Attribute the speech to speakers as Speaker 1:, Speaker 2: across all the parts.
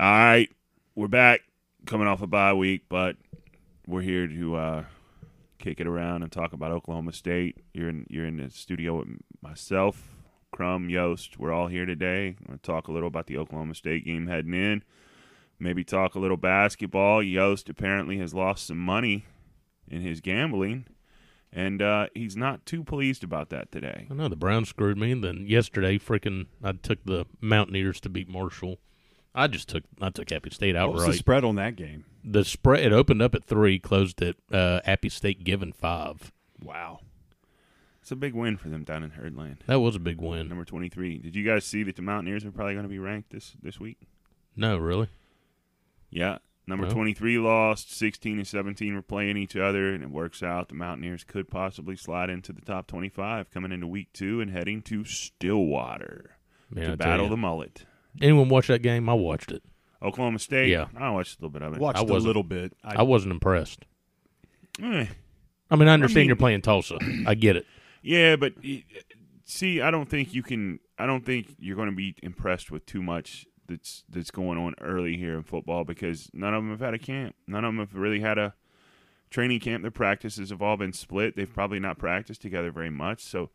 Speaker 1: All right, we're back, coming off a bye week, but we're here to uh, kick it around and talk about Oklahoma State. You're in you're in the studio with myself, Crumb, Yost. We're all here today. We're gonna talk a little about the Oklahoma State game heading in. Maybe talk a little basketball. Yost apparently has lost some money in his gambling, and uh, he's not too pleased about that today.
Speaker 2: I know the Browns screwed me. And then yesterday, freaking, I took the Mountaineers to beat Marshall. I just took I took Appy State
Speaker 3: What was
Speaker 2: outright.
Speaker 3: the spread on that game?
Speaker 2: the spread it opened up at three, closed at uh, Appy State given five.
Speaker 3: Wow.
Speaker 1: It's a big win for them down in Herdland.
Speaker 2: That was a big win.
Speaker 1: Number twenty three. Did you guys see that the Mountaineers are probably going to be ranked this this week?
Speaker 2: No, really.
Speaker 1: Yeah. Number
Speaker 2: No.
Speaker 1: 23 lost. 16 and 17 were playing each other, and it works out. The Mountaineers could possibly slide into the top 25 coming into week two and heading to Stillwater
Speaker 2: Man, I
Speaker 1: to
Speaker 2: tell
Speaker 1: battle
Speaker 2: ya.
Speaker 1: the mullet.
Speaker 2: Anyone watch that game? I watched it.
Speaker 1: Oklahoma State.
Speaker 2: Yeah.
Speaker 1: I watched a little bit of it.
Speaker 3: Watched
Speaker 2: I
Speaker 3: a
Speaker 2: wasn't-
Speaker 3: little bit.
Speaker 2: I, wasn't impressed.
Speaker 1: Eh.
Speaker 2: I mean, I understand
Speaker 1: mean-
Speaker 2: you're playing Tulsa. I get it.
Speaker 1: Yeah, but eh, see, I don't think you can. I don't think you're going to be impressed with too much that's that's going on early here in football because none of them have had a camp. None of them have really had a training camp. Their practices have all been split. They've probably not practiced together very much. So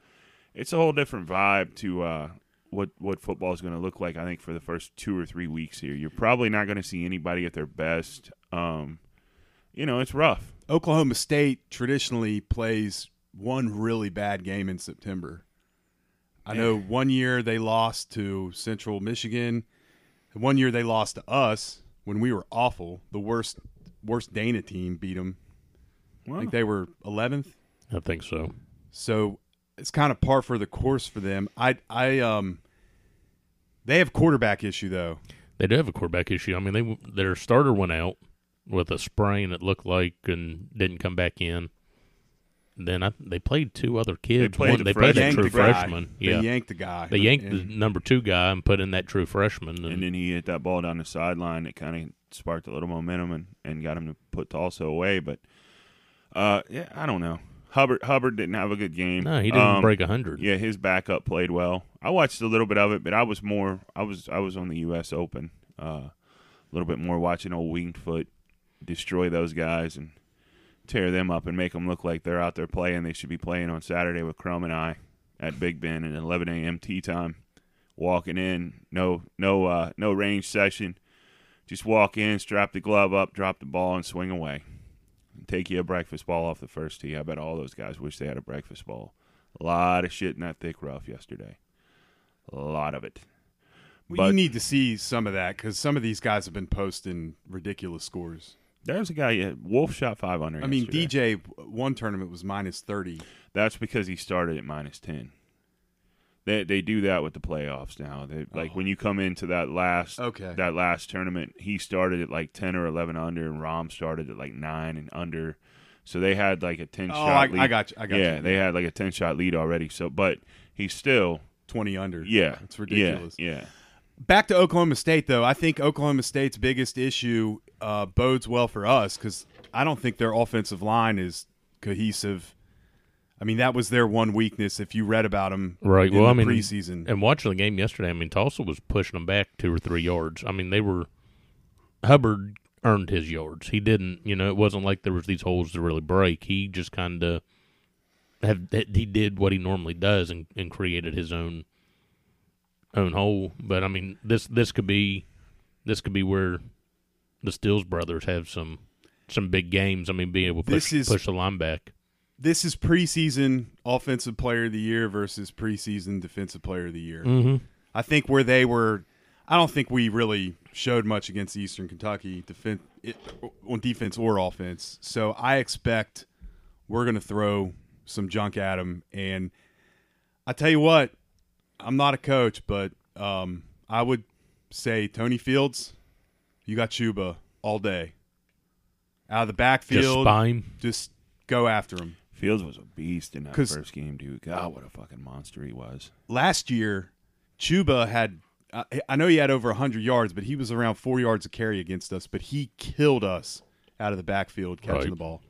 Speaker 1: it's a whole different vibe to uh, what what football is going to look like. I think for the first two or three weeks here, you're probably not going to see anybody at their best. Um, you know, it's rough.
Speaker 3: Oklahoma State traditionally plays one really bad game in September. I know one year they lost to Central Michigan. and One year they lost to us when we were awful. The worst worst Dana team beat them. I
Speaker 1: Well,
Speaker 3: think they were 11th.
Speaker 2: I think so.
Speaker 3: So it's kind of par for the course for them. I I um they have quarterback issue though.
Speaker 2: They do have a quarterback issue. I mean, they their starter went out with a sprain. It looked like and didn't come back in. Then I, they played two other kids.
Speaker 1: played the
Speaker 2: One, they played
Speaker 1: They
Speaker 2: a
Speaker 1: yanked
Speaker 2: true
Speaker 1: the guy.
Speaker 2: freshman.
Speaker 3: They
Speaker 2: yeah,
Speaker 3: yanked the guy.
Speaker 2: they yanked
Speaker 3: And-
Speaker 2: the number two guy and put in that true freshman. And,
Speaker 1: and then he hit that ball down the sideline that kind of sparked a little momentum and, and got him to put Tulsa away. But uh, yeah, I don't know. Hubbard Hubbard didn't have a good game.
Speaker 2: no, he didn't
Speaker 1: Um,
Speaker 2: break hundred.
Speaker 1: Yeah, his backup played well. I watched a little bit of it, but I was more I was I was on the U.S. Open uh, a little bit more watching old Wingfoot destroy those guys and tear them up and make them look like they're out there playing. They should be playing on Saturday with Crum and I at Big Ben at 11 a.m. tea time. Walking in, no no uh, no range session. Just walk in, strap the glove up, drop the ball, and swing away. Take you a breakfast ball off the first tee. I bet all those guys wish they had a breakfast ball. A lot of shit in that thick rough yesterday. A lot of it.
Speaker 3: Well,
Speaker 1: But-
Speaker 3: you need to see some of that because some of these guys have been posting ridiculous scores.
Speaker 1: There's a guy. yeah, Wolf shot five under.
Speaker 3: I mean,
Speaker 1: yesterday.
Speaker 3: DJ one tournament was minus thirty.
Speaker 1: That's because he started at minus ten. They they do that with the playoffs now. They, like when you come into that last
Speaker 3: Okay.
Speaker 1: that last tournament, he started at like ten or eleven under, and Rom started at like nine and under. So they had like a ten
Speaker 3: Oh,
Speaker 1: shot.
Speaker 3: I,
Speaker 1: lead.
Speaker 3: I got you. I got
Speaker 1: yeah,
Speaker 3: you.
Speaker 1: they had like a ten shot lead already. So, but he's still
Speaker 3: twenty under.
Speaker 1: yeah,
Speaker 3: it's ridiculous.
Speaker 1: Yeah, yeah.
Speaker 3: Back to Oklahoma State though. I think Oklahoma State's biggest issue uh, bodes well for us because I don't think their offensive line is cohesive. I mean, that was their one weakness. If you read about them,
Speaker 2: Right.
Speaker 3: in
Speaker 2: Well,
Speaker 3: the
Speaker 2: I mean,
Speaker 3: preseason.
Speaker 2: and watching the game yesterday, I mean, Tulsa was pushing them back two or three yards. I mean, they were Hubbard earned his yards. He didn't, you know, it wasn't like there was these holes to really break. He just kind of have that he did what he normally does and, and created his own own hole. But I mean, this this could be this could be where the Stills brothers have some some big games. I mean, being able to push,
Speaker 3: This is-
Speaker 2: push the line back.
Speaker 3: This is preseason offensive player of the year versus preseason defensive player of the year.
Speaker 2: Mm-hmm.
Speaker 3: I think where they were, I don't think we really showed much against Eastern Kentucky defen it, on defense or offense. So I expect we're going to throw some junk at them. And I tell you what, I'm not a coach, but um, I would say Tony Fields, you got Chuba all day out of the
Speaker 2: Just
Speaker 3: backfield.
Speaker 2: spine.
Speaker 3: just go after him.
Speaker 1: Fields was a beast in that
Speaker 3: 'Cause-
Speaker 1: first game, dude. God, what a fucking monster he was.
Speaker 3: last year, Chuba had. I, I know he had over 100 yards, but he was around four yards of carry against us. But he killed us out of the backfield catching
Speaker 2: Right.
Speaker 3: the ball.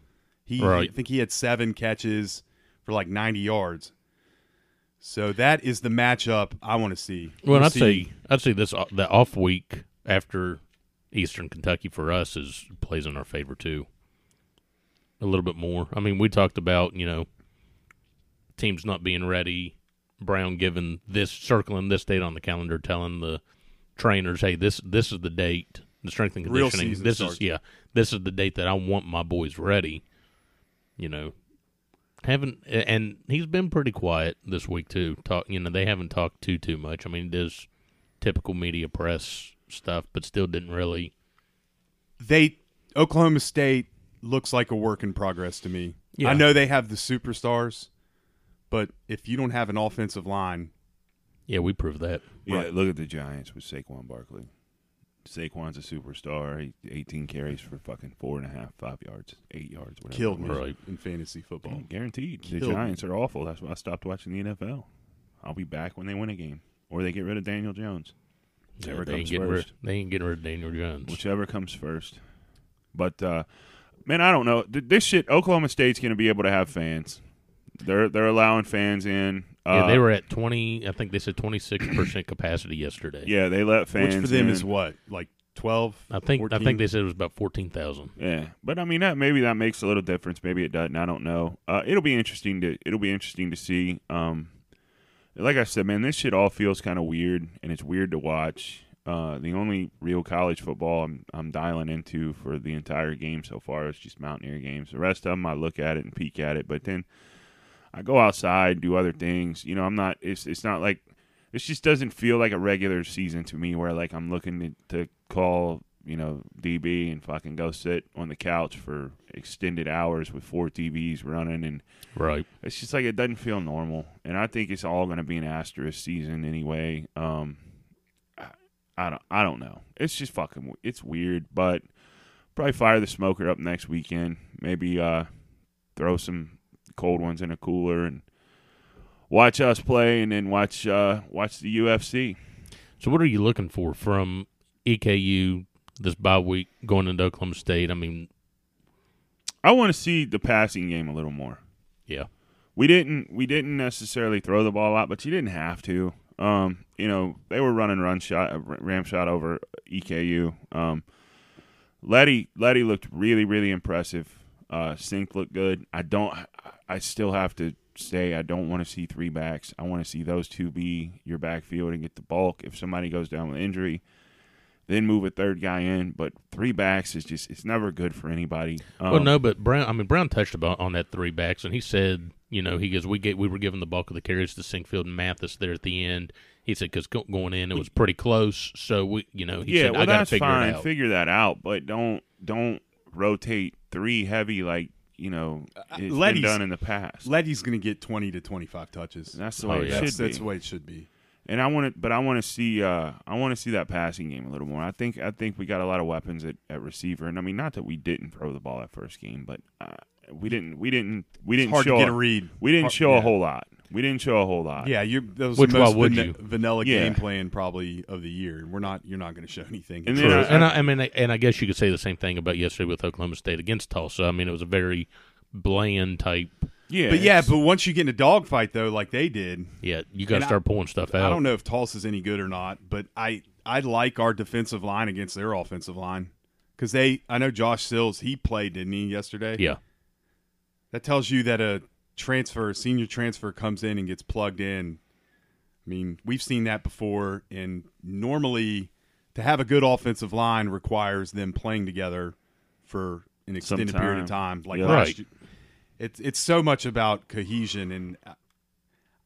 Speaker 3: He,
Speaker 2: Right.
Speaker 3: I think he had seven catches for like 90 yards. So that is the matchup I want to see.
Speaker 2: Well,
Speaker 3: We'll
Speaker 2: I'd
Speaker 3: see-
Speaker 2: say I'd say this uh, the off week after Eastern Kentucky for us is plays in our favor too. A little bit more. I mean, we talked about you know teams not being ready. Brown giving this circling this date on the calendar, telling the trainers, "Hey, this this is the date. The strength and
Speaker 3: Real
Speaker 2: conditioning.
Speaker 3: season
Speaker 2: this is
Speaker 3: starts.
Speaker 2: yeah, this is the date that I want my boys ready." You know, haven't and he's been pretty quiet this week too. Talk, you know, they haven't talked too too much. I mean, it is typical media press stuff, but still didn't really.
Speaker 3: they Oklahoma State looks like a work in progress to me.
Speaker 2: Yeah.
Speaker 3: I know they have the superstars, but if you don't have an offensive line,
Speaker 2: Yeah, we proved that.
Speaker 1: Yeah,
Speaker 3: Right.
Speaker 1: look at the Giants with Saquon Barkley. Saquon's a superstar. He- 18 carries for fucking four and a half, five yards, eight yards, whatever.
Speaker 3: killed
Speaker 1: it
Speaker 3: me
Speaker 1: was.
Speaker 2: Right.
Speaker 3: in fantasy football.
Speaker 1: Oh, guaranteed. The
Speaker 3: Killed me.
Speaker 1: Giants are awful. That's why I stopped watching the NFL. I'll be back when they win a game or they get rid of Daniel Jones. Whichever
Speaker 2: they, ain't
Speaker 1: comes
Speaker 2: getting
Speaker 1: first.
Speaker 2: rid, they ain't getting rid of Daniel Jones.
Speaker 1: Whichever comes first. But uh, man, I don't know. Th- This shit, Oklahoma State's going to be able to have fans. They're they're allowing fans in. Uh,
Speaker 2: yeah, they were at twenty. I think they said twenty six percent capacity yesterday.
Speaker 1: Yeah, they let
Speaker 3: Which
Speaker 1: fans.
Speaker 3: for them
Speaker 1: in.
Speaker 3: is what, like twelve?
Speaker 2: I think I
Speaker 3: 14?
Speaker 2: think they said it was about fourteen thousand.
Speaker 1: Yeah, but I mean that maybe that makes a little difference. Maybe it doesn't. I don't know. Uh, it'll be interesting to it'll be interesting to see. Um, like I said, man, this shit all feels kind of weird, and it's weird to watch. Uh, the only real college football I'm, I'm dialing into for the entire game so far is just Mountaineer games. The rest of them, I look at it and peek at it, but then I go outside, do other things. You know, I'm not. It's it's not like this just doesn't feel like a regular season to me where like I'm looking to, to call, you know, DB and fucking go sit on the couch for extended hours with four TVs running and
Speaker 2: Right.
Speaker 1: it's just like it doesn't feel normal. And I think it's all going to be an asterisk season anyway. Um I, I don't I don't know. It's just fucking w- it's weird, but probably fire the smoker up next weekend. Maybe uh throw some cold ones in a cooler and watch us play and then watch uh watch the UFC.
Speaker 2: So what are you looking for from EKU this bye week going into Oklahoma State? I mean,
Speaker 1: I want to see the passing game a little more.
Speaker 2: yeah,
Speaker 1: We didn't we didn't necessarily throw the ball out, but you didn't have to. Um, you know, they were running run shot uh, ram shot over EKU. Um, Letty Letty looked really really impressive. Uh, Sink looked good. I don't. I- I still have to say I don't want to see three backs. I want to see those two be your backfield and get the bulk. If somebody goes down with injury, then move a third guy in. But three backs is just it's never good for anybody. Um,
Speaker 2: well, no, but Brown. I mean, Brown touched about on that three backs, and he said, you know, he goes, we get, we were given the bulk of the carries to Sinkfield and Mathis there at the end. He said because go, going in, it was pretty close. So we, you know, he
Speaker 1: yeah,
Speaker 2: said,
Speaker 1: well,
Speaker 2: I got to
Speaker 1: that's
Speaker 2: figure
Speaker 1: fine.
Speaker 2: it out.
Speaker 1: Figure that out, but don't don't rotate three heavy like you know it's been
Speaker 3: Uh, Letty's-
Speaker 1: done in the past.
Speaker 3: Letty's going to get 20 to 25 touches.
Speaker 1: that's the way
Speaker 2: Oh,
Speaker 1: it
Speaker 2: yeah.
Speaker 1: should
Speaker 3: that's,
Speaker 1: be.
Speaker 3: that's the way it should be.
Speaker 1: and I want to, but I want to see uh I want to see that passing game a little more. I think I think we got a lot of weapons at, at receiver, and I mean not that we didn't throw the ball that first game, but uh, we didn't we didn't we
Speaker 3: It's
Speaker 1: didn't
Speaker 3: hard
Speaker 1: show
Speaker 3: to get a read.
Speaker 1: we didn't
Speaker 3: Hard-
Speaker 1: show a
Speaker 3: yeah.
Speaker 1: whole lot. We didn't show a whole lot.
Speaker 3: Yeah, you're that was
Speaker 2: Which
Speaker 3: the
Speaker 2: why
Speaker 3: most
Speaker 2: would
Speaker 3: vana-
Speaker 2: you?
Speaker 3: vanilla
Speaker 1: Yeah.
Speaker 3: game plan probably of the year. We're not you're not going to show anything.
Speaker 1: And
Speaker 2: True.
Speaker 1: then
Speaker 2: and I, I mean, and I guess you could say the same thing about yesterday with Oklahoma State against Tulsa. I mean, it was a very bland type.
Speaker 1: yeah,
Speaker 3: but yeah,
Speaker 1: it's-
Speaker 3: but once you get in a dogfight though, like they did,
Speaker 2: Yeah, you got
Speaker 3: And
Speaker 2: to
Speaker 3: I-
Speaker 2: start pulling stuff out.
Speaker 3: I don't know if Tulsa's any good or not, but I I like our defensive line against their offensive line because they I know Josh Sills he played didn't he yesterday?
Speaker 2: Yeah,
Speaker 3: that tells you that a transfer, senior transfer comes in and gets plugged in. I mean, we've seen that before, and normally to have a good offensive line requires them playing together for an extended
Speaker 1: Some
Speaker 3: period of
Speaker 1: time.
Speaker 3: time. Like
Speaker 1: Yeah.
Speaker 3: last
Speaker 2: Right.
Speaker 3: year. It's it's so much about cohesion, and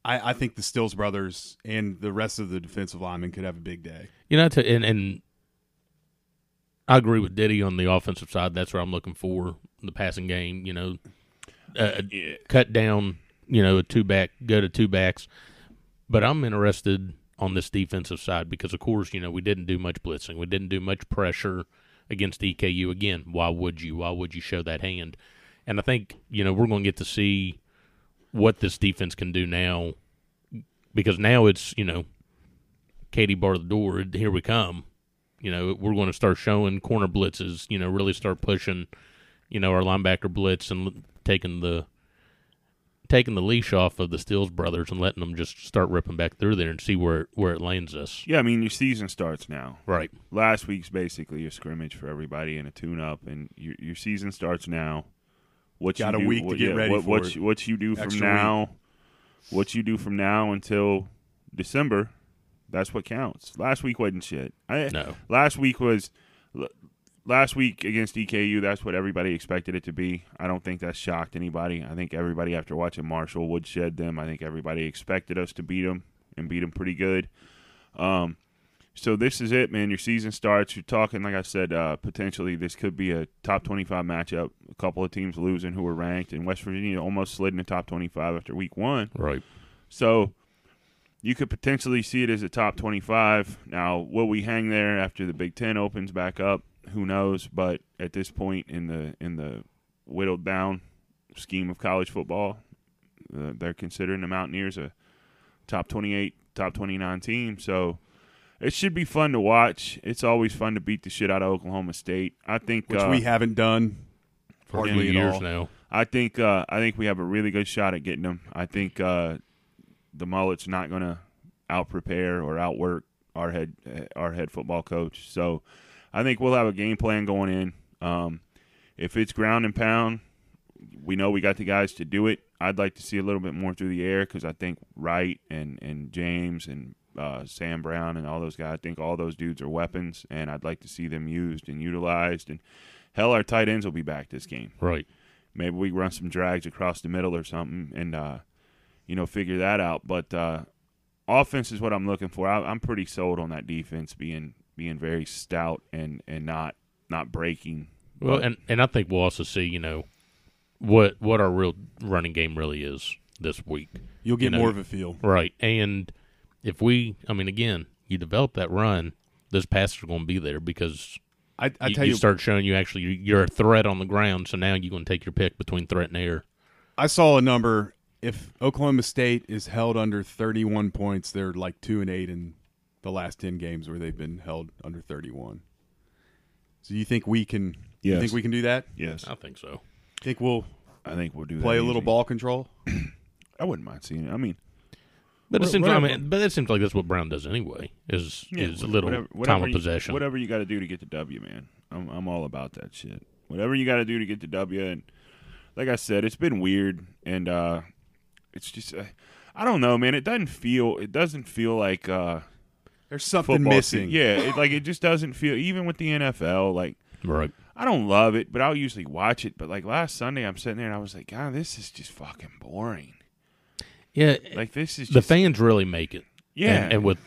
Speaker 3: I, I think the Stills brothers and the rest of the defensive linemen could have a big day.
Speaker 2: You know, to, and and I agree with Diddy on the offensive side. That's where I'm looking for the passing game. You know, uh,
Speaker 1: Yeah.
Speaker 2: cut down. You know, a two back go to two backs. But I'm interested on this defensive side because, of course, you know we didn't do much blitzing. We didn't do much pressure against EKU. Again, why would you? Why would you show that hand? And I think you know we're going to get to see what this defense can do now because now it's you know Katie bar the door. Here we come. You know, we're going to start showing corner blitzes. You know, really start pushing. You know, our linebacker blitz and l- taking the taking the leash off of the Steels brothers and letting them just start ripping back through there and see where where it lands us.
Speaker 1: Yeah, I mean your season starts now.
Speaker 2: Right.
Speaker 1: Last week's basically your scrimmage for everybody and a tune up, and your your season starts now. What
Speaker 3: Got
Speaker 1: you
Speaker 3: a
Speaker 1: do-
Speaker 3: week to
Speaker 1: what,
Speaker 3: get
Speaker 1: yeah,
Speaker 3: ready
Speaker 1: what,
Speaker 3: for
Speaker 1: what
Speaker 3: it.
Speaker 1: you, what you do from
Speaker 3: Extra
Speaker 1: now, what you do from now until December, that's what counts. Last week wasn't shit. I,
Speaker 2: No.
Speaker 1: Last week was. l- Last week against EKU, that's what everybody expected it to be. I don't think that shocked anybody. I think everybody, after watching Marshall woodshed them, I think everybody expected us to beat them and beat them pretty good. Um, so this is it, man. Your season starts. You're talking, like I said, uh, potentially this could be a top 25 matchup. A couple of teams losing who are ranked, and West Virginia almost slid into top 25 after week one.
Speaker 2: Right.
Speaker 1: So you could potentially see it as a top 25. Now, will we hang there after the Big 10 opens back up? Who knows, but at this point in the in the whittled down scheme of college football, uh, they're considering the Mountaineers a top 28, top 29 team. So it should be fun to watch. It's always fun to beat the shit out of Oklahoma State. I think
Speaker 3: which
Speaker 1: uh,
Speaker 3: we haven't done
Speaker 2: For
Speaker 3: hardly
Speaker 2: two
Speaker 3: at
Speaker 2: years
Speaker 3: all.
Speaker 2: now.
Speaker 1: I think uh, I think we have a really good shot at getting them. I think uh, the mullet's not going to out prepare or outwork our head eh, our head football coach. So I think we'll have a game plan going in. Um, if it's ground and pound, we know we got the guys to do it. I'd like to see a little bit more through the air because I think Wright and and James and uh, Sam Brown and all those guys. I think all those dudes are weapons, and I'd like to see them used and utilized. And hell, our tight ends will be back this game
Speaker 2: Right.
Speaker 1: maybe we run some drags across the middle or something and uh, you know figure that out but uh, offense is what i'm looking for I, i'm pretty sold on that defense being being very stout and and not not breaking
Speaker 2: Well,
Speaker 1: But-
Speaker 2: and and I think we'll also see you know what what our real running game really is this week.
Speaker 3: You'll get
Speaker 2: You know,
Speaker 3: more of a feel.
Speaker 2: Right. And if we, I mean, again, you develop that run, those passes are going to be there because
Speaker 3: I, I
Speaker 2: you,
Speaker 3: tell
Speaker 2: you
Speaker 3: you,
Speaker 2: start showing you actually you're a threat on the ground. So now you're going to take your pick between threat and air.
Speaker 3: I saw a number. If Oklahoma State is held under 31 points, they're like two and eight in the last 10 games where they've been held under 31. So you think we can? You
Speaker 1: Yes.
Speaker 3: think we can do that?
Speaker 1: yes
Speaker 2: I think so.
Speaker 3: Think we'll
Speaker 1: i think we'll do
Speaker 3: play
Speaker 1: that
Speaker 3: a little
Speaker 1: easy.
Speaker 3: ball control?
Speaker 1: i wouldn't mind seeing it i mean
Speaker 2: But it
Speaker 3: What-
Speaker 2: seems, like, I
Speaker 3: whatever.
Speaker 2: mean, but it seems like that's what Brown does anyway. Is
Speaker 1: yeah,
Speaker 2: is a little
Speaker 1: whatever,
Speaker 2: time
Speaker 1: whatever
Speaker 2: of
Speaker 1: you-
Speaker 2: possession.
Speaker 1: whatever you got to do to get the w man i'm, I'm all about that shit whatever you got to do to get the w and like i said it's been weird and uh it's just uh, i don't know man it doesn't feel it doesn't feel like uh
Speaker 3: There's something
Speaker 1: football
Speaker 3: missing.
Speaker 1: season. Yeah, it, like it just doesn't feel even with the NFL. Like
Speaker 2: Right.
Speaker 1: I don't love it, but I'll usually watch it. But like last Sunday, I'm sitting there and I was like, God, this is just fucking boring.
Speaker 2: Yeah.
Speaker 1: Like this is
Speaker 2: Eh, the
Speaker 1: just,
Speaker 2: fans really make it.
Speaker 1: Yeah,
Speaker 2: And, and with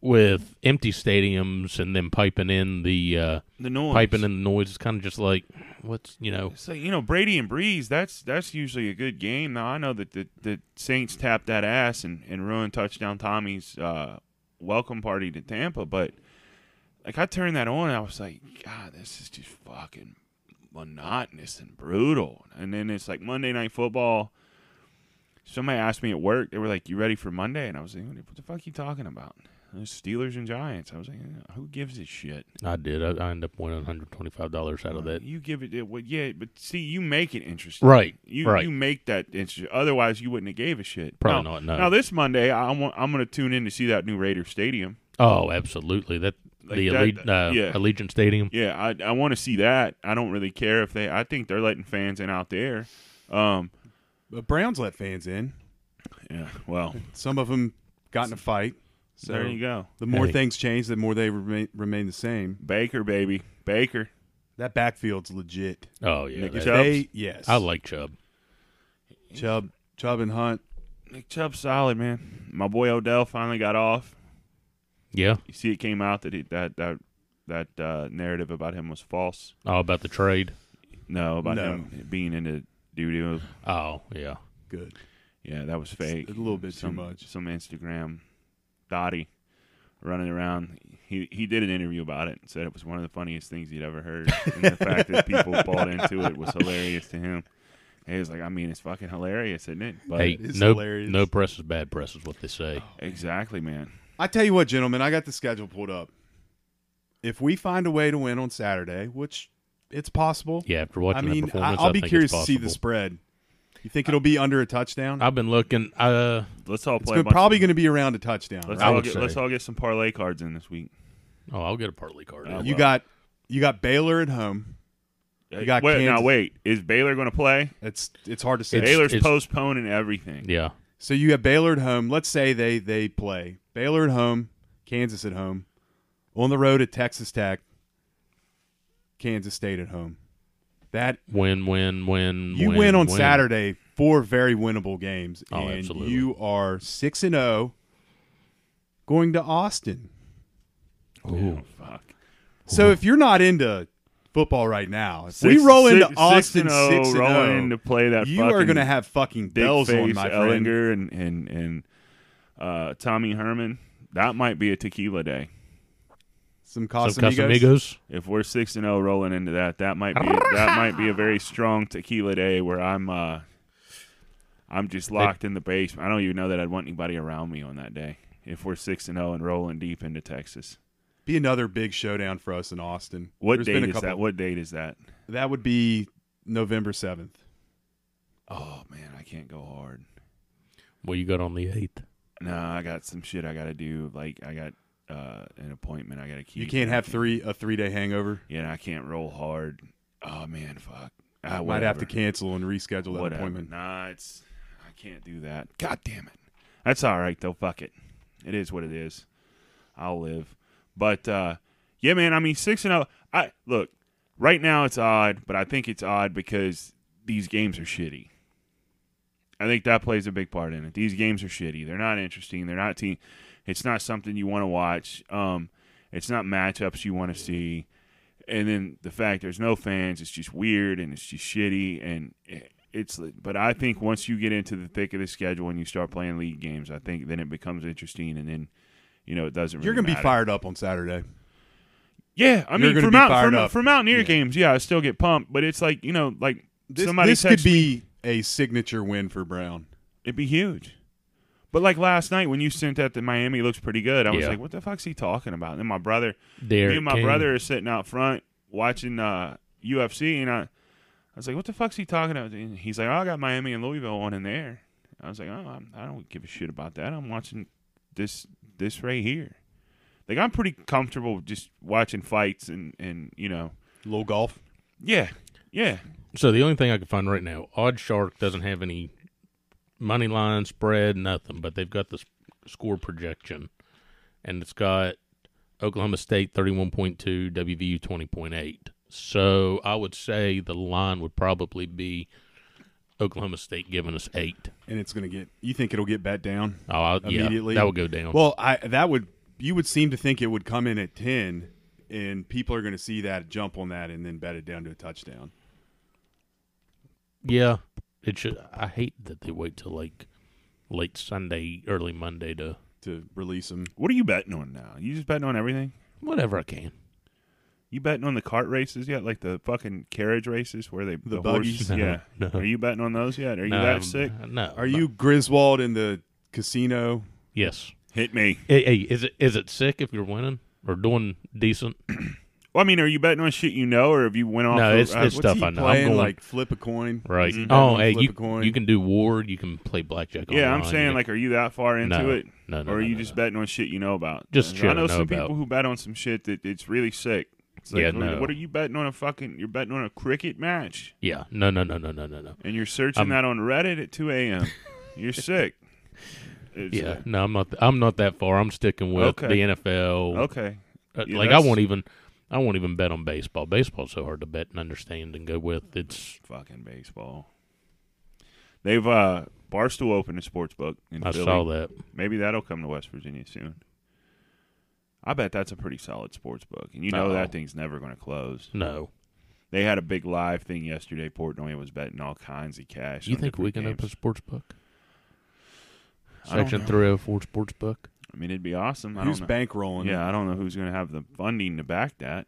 Speaker 2: with empty stadiums and then piping in the uh,
Speaker 1: the noise
Speaker 2: piping in the noise, it's kind of just like what's you know
Speaker 1: It's like you know Brady and Breeze. That's that's usually a good game. Now I know that the, the Saints tapped that ass and and ruined touchdown Tommy's uh, welcome party to Tampa, but like I turned that on, and I was like, God, this is just fucking monotonous and brutal. And then it's like Monday Night Football. Somebody asked me at work. They were like, "You ready for Monday?" And I was like, "What the fuck you talking about?" There's Steelers and Giants. I was like, "Who gives a shit?"
Speaker 2: I did. I, I ended up winning one hundred twenty five dollars out of that.
Speaker 1: You give it, it well, yeah, but see, you make it interesting,
Speaker 2: Right,
Speaker 1: You
Speaker 2: right.
Speaker 1: you make that interesting. Otherwise, you wouldn't have gave a shit.
Speaker 2: Probably
Speaker 1: now,
Speaker 2: not, no.
Speaker 1: Now this Monday, I want, I'm going to tune in to see that new Raider Stadium.
Speaker 2: Oh, absolutely. That
Speaker 1: Like
Speaker 2: the
Speaker 1: that-
Speaker 2: Alle- uh,
Speaker 1: yeah.
Speaker 2: Allegiant Stadium.
Speaker 1: Yeah, I I want to see that. I don't really care if they. I think they're letting fans in out there. Um,
Speaker 3: the Browns let fans in.
Speaker 1: Yeah. Well,
Speaker 3: Some of them got in a fight. So
Speaker 1: there you go.
Speaker 3: the more
Speaker 2: Hey.
Speaker 3: things change, the more they remain, remain the same.
Speaker 1: Baker, baby. Baker.
Speaker 3: That backfield's legit.
Speaker 2: Oh yeah,
Speaker 1: Nick
Speaker 2: that-
Speaker 1: Chubb.
Speaker 3: They yes,
Speaker 2: I like Chubb.
Speaker 3: Chubb, Chubb and Hunt.
Speaker 1: Nick Chubb's solid, man. My boy Odell finally got off.
Speaker 2: Yeah.
Speaker 1: You see, it came out that he, that that that uh, narrative about him was false.
Speaker 2: Oh, about the trade.
Speaker 1: No, about
Speaker 3: No.
Speaker 1: him being in the doo
Speaker 2: Oh yeah.
Speaker 3: Good.
Speaker 1: Yeah, that was fake.
Speaker 3: a little bit too
Speaker 1: some,
Speaker 3: much.
Speaker 1: Some Instagram dotty running around. He he did an interview about it and said it was one of the funniest things he'd ever heard. and the fact that people bought into it was hilarious to him. And he was like, I mean, it's fucking hilarious, isn't it? But
Speaker 2: Hey,
Speaker 3: It's
Speaker 2: no,
Speaker 3: hilarious.
Speaker 2: no press is bad press is what they say.
Speaker 1: exactly, man.
Speaker 3: I tell you what, gentlemen, I got the schedule pulled up. If we find a way to win on Saturday, which it's possible,
Speaker 2: Yeah, after
Speaker 3: I
Speaker 2: watching that
Speaker 3: mean, I,
Speaker 2: performance,
Speaker 3: I'll
Speaker 2: I
Speaker 3: be
Speaker 2: think it's
Speaker 3: curious to see the
Speaker 2: possible.
Speaker 3: spread. You think it'll be under a touchdown?
Speaker 2: I've been looking. Uh,
Speaker 1: Let's all
Speaker 3: it's
Speaker 1: play. a
Speaker 3: gonna,
Speaker 1: bunch
Speaker 3: probably
Speaker 1: of-
Speaker 3: going to be around a touchdown.
Speaker 1: Let's
Speaker 3: right?
Speaker 2: I
Speaker 1: all
Speaker 2: would
Speaker 1: get
Speaker 2: say.
Speaker 1: let's all get some parlay cards in this week.
Speaker 2: oh, I'll get a partly card.
Speaker 1: Uh,
Speaker 3: You
Speaker 1: well.
Speaker 3: got you got Baylor at home. You got
Speaker 1: wait, now
Speaker 3: Kansas.
Speaker 1: wait, is Baylor going to play?
Speaker 3: It's it's hard to say.
Speaker 2: It's-
Speaker 1: Baylor's
Speaker 2: it's-
Speaker 1: postponing everything.
Speaker 2: yeah,
Speaker 3: So you have Baylor at home. Let's say they they play Baylor at home, Kansas at home, on the road at Texas Tech, Kansas State at home. That
Speaker 2: win, win, win.
Speaker 3: you
Speaker 2: win,
Speaker 3: win on
Speaker 2: win.
Speaker 3: Saturday four very winnable games,
Speaker 2: Oh,
Speaker 3: and
Speaker 2: absolutely.
Speaker 3: you are six and zero. Going to Austin.
Speaker 1: Oh, fuck.
Speaker 3: So if you're not into football right now, if
Speaker 1: Six-
Speaker 3: we roll into
Speaker 1: six-
Speaker 3: Austin
Speaker 1: six and oh,
Speaker 3: six and
Speaker 1: rolling
Speaker 3: oh,
Speaker 1: in to play that
Speaker 3: you are going to
Speaker 1: fucking
Speaker 3: have fucking
Speaker 1: Big
Speaker 3: bells on
Speaker 1: Face,
Speaker 3: my friend.
Speaker 1: Ellinger and and and uh, Tommy Herman. That might be a tequila day.
Speaker 3: Some
Speaker 2: Some
Speaker 3: Casamigos.
Speaker 2: Casamigos.
Speaker 1: If we're six and zero rolling into that, that might be that might be a very strong tequila day where I'm uh, I'm just locked in the basement. I don't even know that I'd want anybody around me on that day. If we're six and zero and rolling deep into Texas,
Speaker 3: Be another big showdown for us in Austin.
Speaker 1: what
Speaker 3: There's
Speaker 1: date
Speaker 3: been a
Speaker 1: is
Speaker 3: couple-
Speaker 1: that? What date is that?
Speaker 3: That would be November seventh.
Speaker 1: Oh man, I can't go hard.
Speaker 2: Well, you got on the eighth.
Speaker 1: No, I got some shit I got to do. Like I got uh, an appointment I got to keep.
Speaker 3: You can't
Speaker 1: I
Speaker 3: have three a three day hangover.
Speaker 1: Yeah, and I can't roll hard. Oh man, fuck. I
Speaker 3: Might have to cancel and reschedule that
Speaker 1: whatever.
Speaker 3: appointment.
Speaker 1: Nah, it's I can't do that. God damn it. That's all right though. Fuck it. It is what it is. I'll live. But uh, yeah, man. I mean, six and zero. I look right now. It's odd, but I think it's odd because these games are shitty. I think that plays a big part in it. These games are shitty. They're not interesting. They're not team. It's not something you want to watch. Um, it's not matchups you want to see. And then the fact there's no fans, it's just weird and it's just shitty. And it's but I think once you get into the thick of the schedule and you start playing league games, I think then it becomes interesting. And then you know it doesn't.
Speaker 3: You're
Speaker 1: really
Speaker 3: gonna be
Speaker 1: matter.
Speaker 3: fired up on Saturday.
Speaker 1: Yeah, I
Speaker 3: You're
Speaker 1: mean
Speaker 3: gonna
Speaker 1: for,
Speaker 3: be
Speaker 1: Mount,
Speaker 3: fired
Speaker 1: for,
Speaker 3: up.
Speaker 1: for Mountaineer
Speaker 3: Yeah.
Speaker 1: games, yeah, I still get pumped. But it's like you know, like
Speaker 3: This,
Speaker 1: somebody
Speaker 3: this could
Speaker 1: texted me-
Speaker 3: be a signature win for Brown.
Speaker 1: It'd be huge. But like last night when you sent that that Miami looks pretty good, I was
Speaker 2: Yeah.
Speaker 1: like, what the fuck's he talking about? And then my brother,
Speaker 2: Derek
Speaker 1: me and my
Speaker 2: King.
Speaker 1: brother are sitting out front watching uh, UFC, and I, I was like, what the fuck's he talking about? And he's like, oh, I got Miami and Louisville on in there. I was like, oh, I'm, I don't give a shit about that. I'm watching this this right here. Like I'm pretty comfortable just watching fights and and you know,
Speaker 3: Low golf.
Speaker 1: yeah, yeah.
Speaker 2: So the only thing I can find right now, Odd Shark doesn't have any money line spread, nothing, but they've got the s- score projection, and it's got Oklahoma State thirty-one point two, WVU twenty point eight. So I would say the line would probably be Oklahoma State giving us eight.
Speaker 3: and it's going to get. You think it'll get bet down
Speaker 2: Oh, I, yeah,
Speaker 3: immediately?
Speaker 2: that would go down.
Speaker 3: Well, I that would you would seem to think it would come in at ten, and people are going to see that jump on that and then bet it down to a touchdown.
Speaker 2: yeah, it should. I hate that they wait till like late Sunday, early Monday to
Speaker 3: To release them,
Speaker 1: What are you betting on now? You just betting on everything?
Speaker 2: whatever I can.
Speaker 1: You betting on the cart races yet? Like the fucking carriage races where they the,
Speaker 3: buggies?
Speaker 1: Horse, yeah.
Speaker 2: No, no.
Speaker 1: Are you betting on those yet? Are you
Speaker 2: No,
Speaker 1: that
Speaker 2: I'm-
Speaker 1: sick?
Speaker 2: No.
Speaker 3: are you Griswold in the casino?
Speaker 2: Yes.
Speaker 1: Hit me.
Speaker 2: Hey, hey, is it is it sick if you're winning or doing decent?
Speaker 1: Well, I mean, are you betting on shit you know, or have you went off?
Speaker 2: No,
Speaker 1: of-
Speaker 2: it's-
Speaker 1: uh,
Speaker 2: it's
Speaker 1: what's-
Speaker 2: tough.
Speaker 3: What's
Speaker 2: I
Speaker 3: he
Speaker 2: know. I'm
Speaker 3: playing
Speaker 2: going-
Speaker 3: like flip a coin.
Speaker 2: Right.
Speaker 1: Mm-hmm.
Speaker 3: Mhm.
Speaker 2: Oh,
Speaker 3: Flip
Speaker 2: hey,
Speaker 3: a
Speaker 2: you
Speaker 3: coin.
Speaker 2: you can do ward. You can play blackjack.
Speaker 1: yeah, I'm
Speaker 2: online,
Speaker 1: saying
Speaker 2: you
Speaker 1: like, are you that far into
Speaker 2: No.
Speaker 1: it,
Speaker 2: No, no,
Speaker 1: or are
Speaker 2: no,
Speaker 1: you
Speaker 2: no,
Speaker 1: just
Speaker 2: no.
Speaker 1: betting on shit you know about?
Speaker 2: Just
Speaker 1: I
Speaker 2: shit I
Speaker 1: know
Speaker 2: know
Speaker 1: some
Speaker 2: about.
Speaker 1: people who bet on some shit that it's really sick. It's like,
Speaker 2: Yeah,
Speaker 1: what-
Speaker 2: no.
Speaker 1: What are you betting on a fucking? You're betting on a cricket match,
Speaker 2: Yeah. No, no, no, no, no, no, no.
Speaker 1: and you're searching
Speaker 2: I'm-
Speaker 1: that on Reddit at 2 a.m. you're sick. It's
Speaker 2: Yeah.
Speaker 1: like,
Speaker 2: No, I'm not. I'm not that far. I'm sticking with
Speaker 1: Okay.
Speaker 2: the NFL.
Speaker 1: okay.
Speaker 2: Uh,
Speaker 1: Yeah,
Speaker 2: like I
Speaker 1: that's-
Speaker 2: won't even. I won't even bet on baseball. Baseball's so hard to bet and understand and go with. It's
Speaker 1: Fucking baseball. They've uh Barstool opened a sports book in
Speaker 2: I
Speaker 1: Philly.
Speaker 2: saw that.
Speaker 1: Maybe that'll come to West Virginia soon. I bet that's a pretty solid sports book, and you know
Speaker 2: Oh.
Speaker 1: that thing's never going to close.
Speaker 2: No,
Speaker 1: They had a big live thing yesterday. Portnoy was betting all kinds of cash.
Speaker 2: you
Speaker 1: on
Speaker 2: think we can
Speaker 1: different
Speaker 2: open a
Speaker 1: games.
Speaker 2: sports book?
Speaker 1: I don't
Speaker 2: Section
Speaker 1: know.
Speaker 2: three hundred four sports book.
Speaker 1: I mean, it'd be awesome. I
Speaker 3: Who's
Speaker 1: don't know.
Speaker 3: bankrolling? it?
Speaker 1: Yeah, I don't know who's going to have the funding to back that.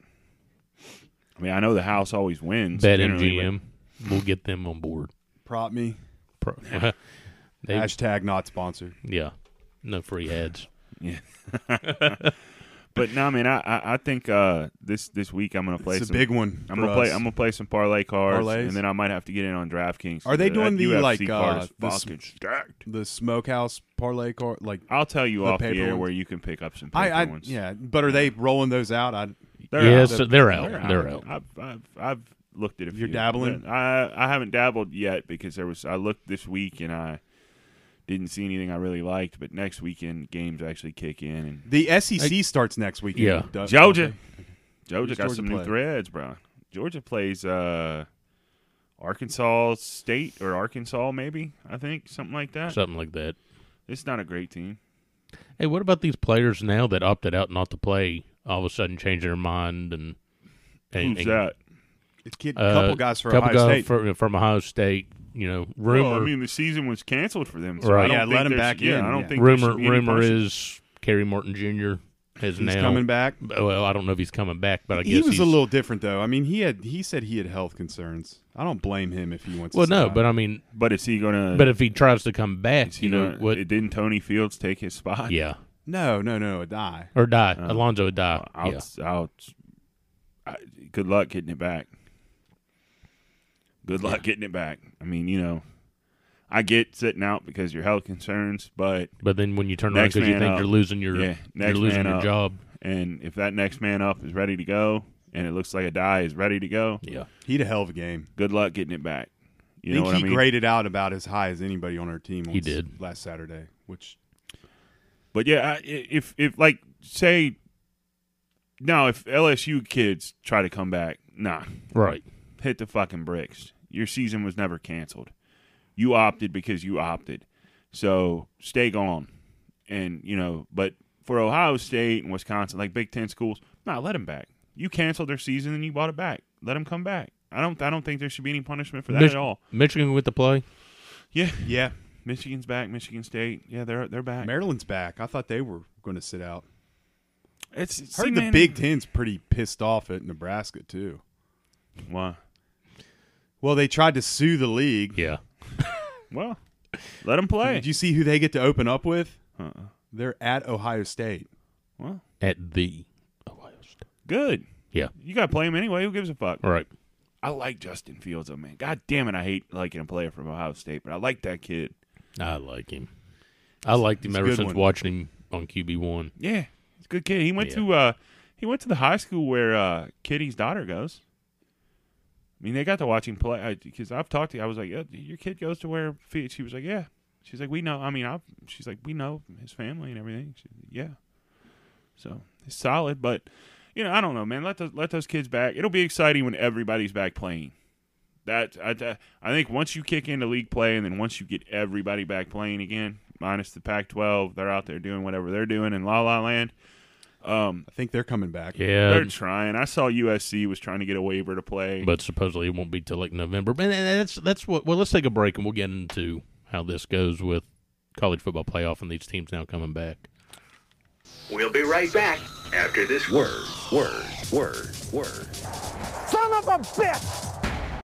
Speaker 1: I mean, I know the house always wins.
Speaker 2: Bet
Speaker 1: generally, but-
Speaker 2: MGM. We'll get them on board.
Speaker 3: prop me.
Speaker 2: Pro- They-
Speaker 3: Hashtag not sponsored.
Speaker 2: yeah. No free ads.
Speaker 1: But no, I mean, I I, I think uh, this this week I'm going to play.
Speaker 3: It's a
Speaker 1: some,
Speaker 3: big one.
Speaker 1: I'm
Speaker 3: for
Speaker 1: gonna play.
Speaker 3: us.
Speaker 1: I'm gonna play some parlay cards,
Speaker 3: Parlays?
Speaker 1: and then I might have to get in on DraftKings.
Speaker 3: Are they
Speaker 1: That
Speaker 3: doing the,
Speaker 1: UFC
Speaker 3: like,
Speaker 1: card
Speaker 3: uh,
Speaker 1: is
Speaker 3: the
Speaker 1: fucking stacked.
Speaker 3: the smokehouse parlay card. Like
Speaker 1: I'll tell you
Speaker 3: the
Speaker 1: off the
Speaker 3: paper
Speaker 1: air
Speaker 3: ones?
Speaker 1: where you can pick up some paper
Speaker 3: I, I
Speaker 1: ones.
Speaker 3: yeah, but are they rolling those out? I
Speaker 1: They're
Speaker 2: yeah,
Speaker 1: out.
Speaker 2: so they're out. They're out.
Speaker 1: I've, I've I've looked at a few.
Speaker 3: You're dabbling?
Speaker 1: I I haven't dabbled yet because there was I looked this week and I didn't see anything I really liked. But next weekend games actually kick in and
Speaker 3: the SEC starts next weekend.
Speaker 2: Yeah.
Speaker 3: Do-
Speaker 1: Georgia. Georgia
Speaker 3: Who's
Speaker 1: got
Speaker 3: Georgia
Speaker 1: some new
Speaker 3: play?
Speaker 1: threads, bro. Georgia plays uh, Arkansas State or Arkansas, maybe I think something like that.
Speaker 2: Something like that.
Speaker 1: it's not a great team.
Speaker 2: Hey, what about these players now that opted out not to play? All of a sudden, changing their mind and and,
Speaker 1: Who's
Speaker 2: and
Speaker 1: that?
Speaker 3: It's kid,
Speaker 2: uh,
Speaker 3: couple guys for
Speaker 2: couple
Speaker 3: Ohio
Speaker 2: guy
Speaker 3: State.
Speaker 2: From, from Ohio State. You know, rumor
Speaker 1: Well, I mean, the season was canceled for them. So
Speaker 2: Right.
Speaker 1: I don't
Speaker 3: Yeah,
Speaker 1: think
Speaker 3: let 'em
Speaker 1: there's-
Speaker 3: back
Speaker 1: yeah,
Speaker 3: in,
Speaker 1: I don't
Speaker 3: yeah.
Speaker 1: think there's
Speaker 2: rumor
Speaker 1: any
Speaker 2: rumor
Speaker 1: person-
Speaker 2: is Kerry Martin Jr. has
Speaker 3: He's
Speaker 2: now
Speaker 3: coming back.
Speaker 2: Well, I don't know if he's coming back, but I guess
Speaker 3: He was
Speaker 2: he's,
Speaker 3: a little different though. I mean, he had he said he had health concerns. I don't blame him if he wants.
Speaker 2: Well,
Speaker 3: to
Speaker 2: no,
Speaker 3: stop.
Speaker 2: but I mean,
Speaker 1: But is he gonna?
Speaker 2: but if he tries to come
Speaker 1: is
Speaker 2: back,
Speaker 1: he
Speaker 2: you know
Speaker 1: gonna-
Speaker 2: what?
Speaker 1: Didn't Tony Fields take his spot?
Speaker 2: yeah,
Speaker 3: no, no, no, die.
Speaker 2: or die. Alonzo would die.
Speaker 1: Oh. I'll,
Speaker 2: yeah,
Speaker 1: I'll, I, good luck getting it back. Good luck getting it back. I mean, you know, I get sitting out because your health concerns, but
Speaker 2: but then when you turn around
Speaker 1: Next
Speaker 2: because you
Speaker 1: man
Speaker 2: think
Speaker 1: up.
Speaker 2: you're losing your
Speaker 1: Yeah,
Speaker 2: you're
Speaker 1: next
Speaker 2: losing
Speaker 1: man
Speaker 2: your
Speaker 1: up.
Speaker 2: job.
Speaker 1: and if that next man up is ready to go, and it looks like a die is ready to go,
Speaker 2: Yeah,
Speaker 3: He had a hell of a game.
Speaker 1: good luck getting it back. You
Speaker 3: I
Speaker 1: know
Speaker 3: think
Speaker 1: what I
Speaker 3: he
Speaker 1: mean?
Speaker 3: graded out about as high as anybody on our team.
Speaker 2: He
Speaker 3: once-
Speaker 2: did.
Speaker 3: last Saturday, which
Speaker 1: But yeah, I- i- if if like say now if LSU kids try to come back, nah,
Speaker 2: right.
Speaker 1: hit the fucking bricks. Your season was never canceled. You opted because you opted. So stay gone. And you know, but for Ohio State and Wisconsin, like Big Ten schools, nah, let them back. You canceled their season and you bought it back. Let them come back. I don't. I don't think there should be any punishment for that
Speaker 2: Mich-
Speaker 1: at all.
Speaker 2: Michigan with the play.
Speaker 1: Yeah,
Speaker 3: yeah,
Speaker 1: Michigan's back. Michigan State. Yeah, they're they're back.
Speaker 3: Maryland's back. I thought they were going to sit out.
Speaker 1: it's it's-
Speaker 3: Heard
Speaker 1: see,
Speaker 3: the
Speaker 1: man,
Speaker 3: Big Ten's pretty pissed off at Nebraska too.
Speaker 1: Why?
Speaker 3: Well, they tried to sue the league.
Speaker 2: Yeah,
Speaker 1: Well, let them play.
Speaker 3: Did you see who they get to open up with?
Speaker 1: Uh-uh.
Speaker 3: They're at Ohio State.
Speaker 1: Well,
Speaker 2: at the Ohio State.
Speaker 1: good.
Speaker 2: Yeah,
Speaker 1: You got to play him anyway. Who gives a fuck?
Speaker 2: all right.
Speaker 1: I like Justin Fields, though, man. God damn it, I hate liking a player from Ohio State, but I like that kid.
Speaker 2: I like him. I liked him
Speaker 3: he's a
Speaker 2: ever
Speaker 3: good
Speaker 2: since
Speaker 3: one.
Speaker 2: watching him on QB one.
Speaker 1: Yeah, he's a good kid. He went
Speaker 2: Yeah.
Speaker 1: to uh, he went to the high school where uh, Kitty's daughter goes. I mean, they got to watch him play because I've talked to. I was like, yeah, your kid goes to where? Fe-" She was like, yeah. She's like, we know. I mean, I. She's like, we know his family and everything. She, yeah. So it's solid, but you know, I don't know, man. Let those let those kids back. It'll be exciting when everybody's back playing. That I, I- I think once you kick into league play, and then once you get everybody back playing again, minus the Pac-12, they're out there doing whatever they're doing in La La Land. Um,
Speaker 3: I think they're coming back.
Speaker 1: they're
Speaker 2: Yeah,
Speaker 1: trying. I saw USC was trying to get a waiver to play.
Speaker 2: but supposedly it won't be till like November. But uh, that's that's what. Well, let's take a break and we'll get into how this goes with college football playoff and these teams now coming back.
Speaker 4: We'll be right back after this word, word, word, word.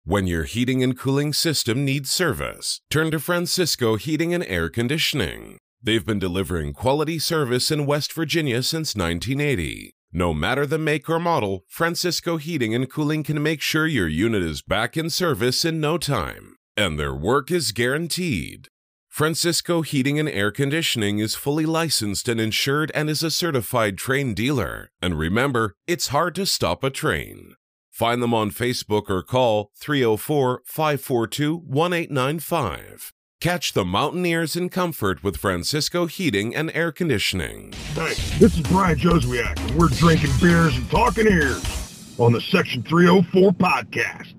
Speaker 5: When your heating and cooling system needs service, turn to Francisco Heating and Air Conditioning. They've been delivering quality service in West Virginia since 1980. No matter the make or model, Francisco Heating and Cooling can make sure your unit is back in service in no time. And their work is guaranteed. Francisco Heating and Air Conditioning is fully licensed and insured and is a certified train dealer. And remember, it's hard to stop a train. Find them on Facebook or call 304 542 1895. Catch the Mountaineers in comfort with Francisco Heating and Air Conditioning.
Speaker 6: Hey, this is Brian Joswiak, and we're drinking beers and talking ears on the Section 304 podcast.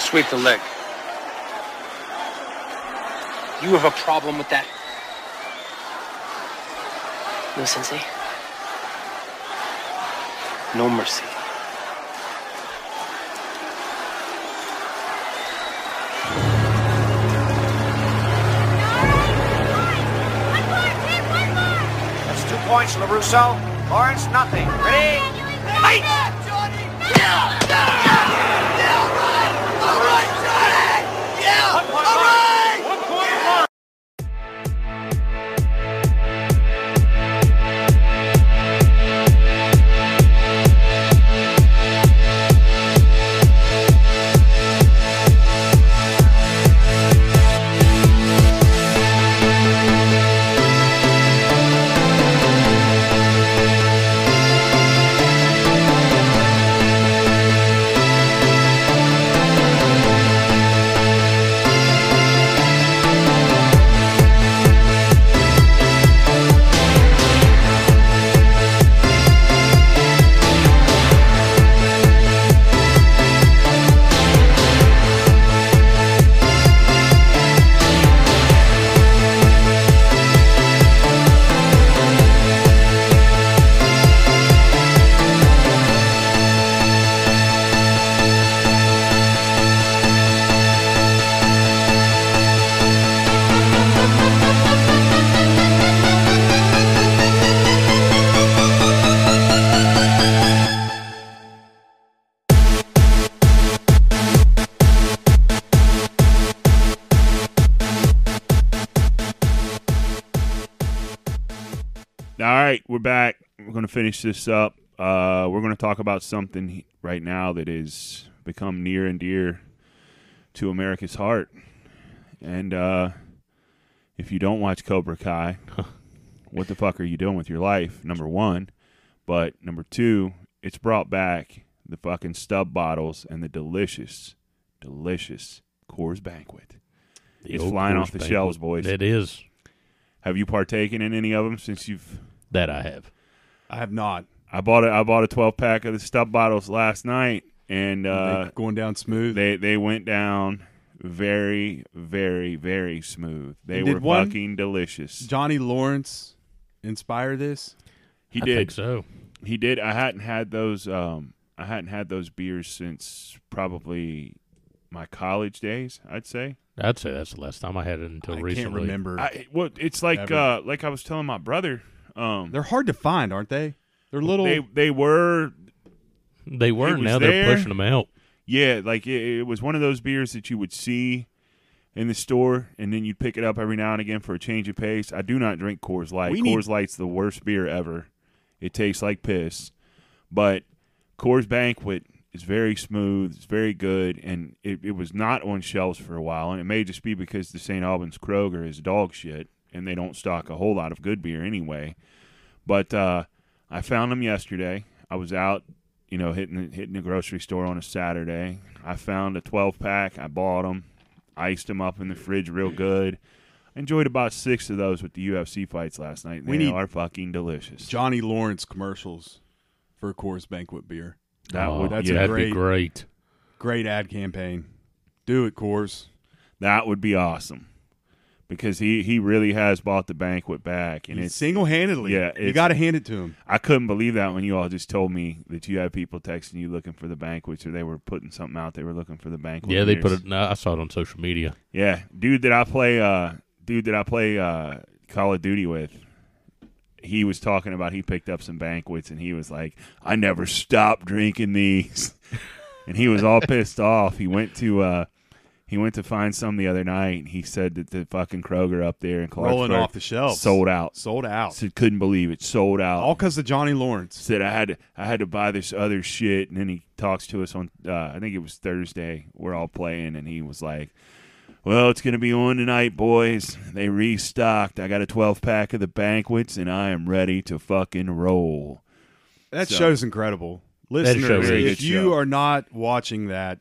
Speaker 7: Sweep the leg. You have a problem with that? No sensei. No mercy.
Speaker 8: That's two points, LaRusso. Lawrence, nothing. Ready? Fight!
Speaker 1: All right, we're back. We're going to finish this up. Uh, we're going to talk about something he- right now that has become near and dear to America's heart. And uh, if you don't watch Cobra Kai, what the fuck are you doing with your life? Number one. But number two, it's brought back the fucking stub bottles and the delicious, delicious Coors Banquet.
Speaker 2: The
Speaker 1: It's
Speaker 2: old
Speaker 1: flying
Speaker 2: Coors
Speaker 1: off the
Speaker 2: Banquet.
Speaker 1: shelves, boys.
Speaker 2: It is.
Speaker 1: Have you partaken in any of them since you've
Speaker 2: That I have.
Speaker 3: I have not.
Speaker 1: I bought a I bought a twelve pack of the stub bottles last night, and
Speaker 3: Are
Speaker 1: uh,
Speaker 3: they going down smooth.
Speaker 1: they they went down very very very smooth. They
Speaker 3: You did
Speaker 1: were
Speaker 3: one?
Speaker 1: fucking delicious.
Speaker 3: Johnny Lawrence inspire this.
Speaker 1: He
Speaker 2: I
Speaker 1: did
Speaker 2: think so.
Speaker 1: he did. I hadn't had those um I hadn't had those beers since probably my college days. I'd say.
Speaker 2: I'd say that's the last time I had it until
Speaker 3: I
Speaker 2: recently.
Speaker 3: can't remember.
Speaker 1: I, well, it's like
Speaker 3: Ever.
Speaker 1: uh like I was telling my brother. Um,
Speaker 3: They're hard to find, aren't they? They're little.
Speaker 1: they they were
Speaker 2: They
Speaker 1: It
Speaker 2: were.
Speaker 1: was
Speaker 2: Now they're
Speaker 1: there.
Speaker 2: pushing them out.
Speaker 1: Yeah, like it, it was one of those beers that you would see in the store, and then you'd pick it up every now and again for a change of pace. I do not drink Coors Light.
Speaker 3: We
Speaker 1: Coors
Speaker 3: need-
Speaker 1: Light's the worst beer ever. It tastes like piss. But Coors Banquet is very smooth. It's very good, and it, it was not on shelves for a while, and it may just be because the St. Albans Kroger is dog shit, and they don't stock a whole lot of good beer anyway. But uh, I found them yesterday. I was out, you know, hitting hitting the grocery store on a Saturday. I found a 12 pack. I bought them, iced them up in the fridge real good. I enjoyed about six of those with the UFC fights last night. and
Speaker 3: We
Speaker 1: they
Speaker 3: need-
Speaker 1: are fucking delicious.
Speaker 3: Johnny Lawrence commercials for Coors Banquet beer.
Speaker 1: that
Speaker 2: Oh,
Speaker 1: would
Speaker 3: that's
Speaker 2: yeah,
Speaker 3: a
Speaker 2: that'd be great.
Speaker 3: Great ad campaign. Do it, Coors.
Speaker 1: that would be awesome because he he really has bought the banquet back, and it's
Speaker 3: Single handedly.
Speaker 1: Yeah,
Speaker 3: You
Speaker 1: it's-
Speaker 3: got to hand it to him.
Speaker 1: I couldn't believe that when you all just told me that you had people texting you looking for the banquets or they were putting something out they were looking for the banquet.
Speaker 2: Yeah, they put
Speaker 1: beers.
Speaker 2: it. No, I saw it on social media.
Speaker 1: Yeah, dude that I play, uh, dude that I play uh, Call of Duty with, he was talking about he picked up some banquets and he was like, "I never stopped drinking these," and he was all pissed off. He went to uh, He went to find some the other night, and he said that the fucking Kroger up there in Clarksburg
Speaker 3: Rolling off the shelves.
Speaker 1: sold out.
Speaker 3: Sold out.
Speaker 1: Said couldn't believe it, sold out.
Speaker 3: All because of Johnny Lawrence.
Speaker 1: said I had to, I had to buy this other shit, and then he talks to us on uh, I think it was Thursday. We're all playing, and he was like, "Well, it's gonna be on tonight, boys. They restocked. I got a twelve pack of the banquets, and I am ready to fucking roll."
Speaker 3: That
Speaker 1: So-
Speaker 3: show's incredible.
Speaker 2: show
Speaker 3: Listeners,
Speaker 2: is a
Speaker 1: good
Speaker 3: if you
Speaker 1: show.
Speaker 3: are not watching that,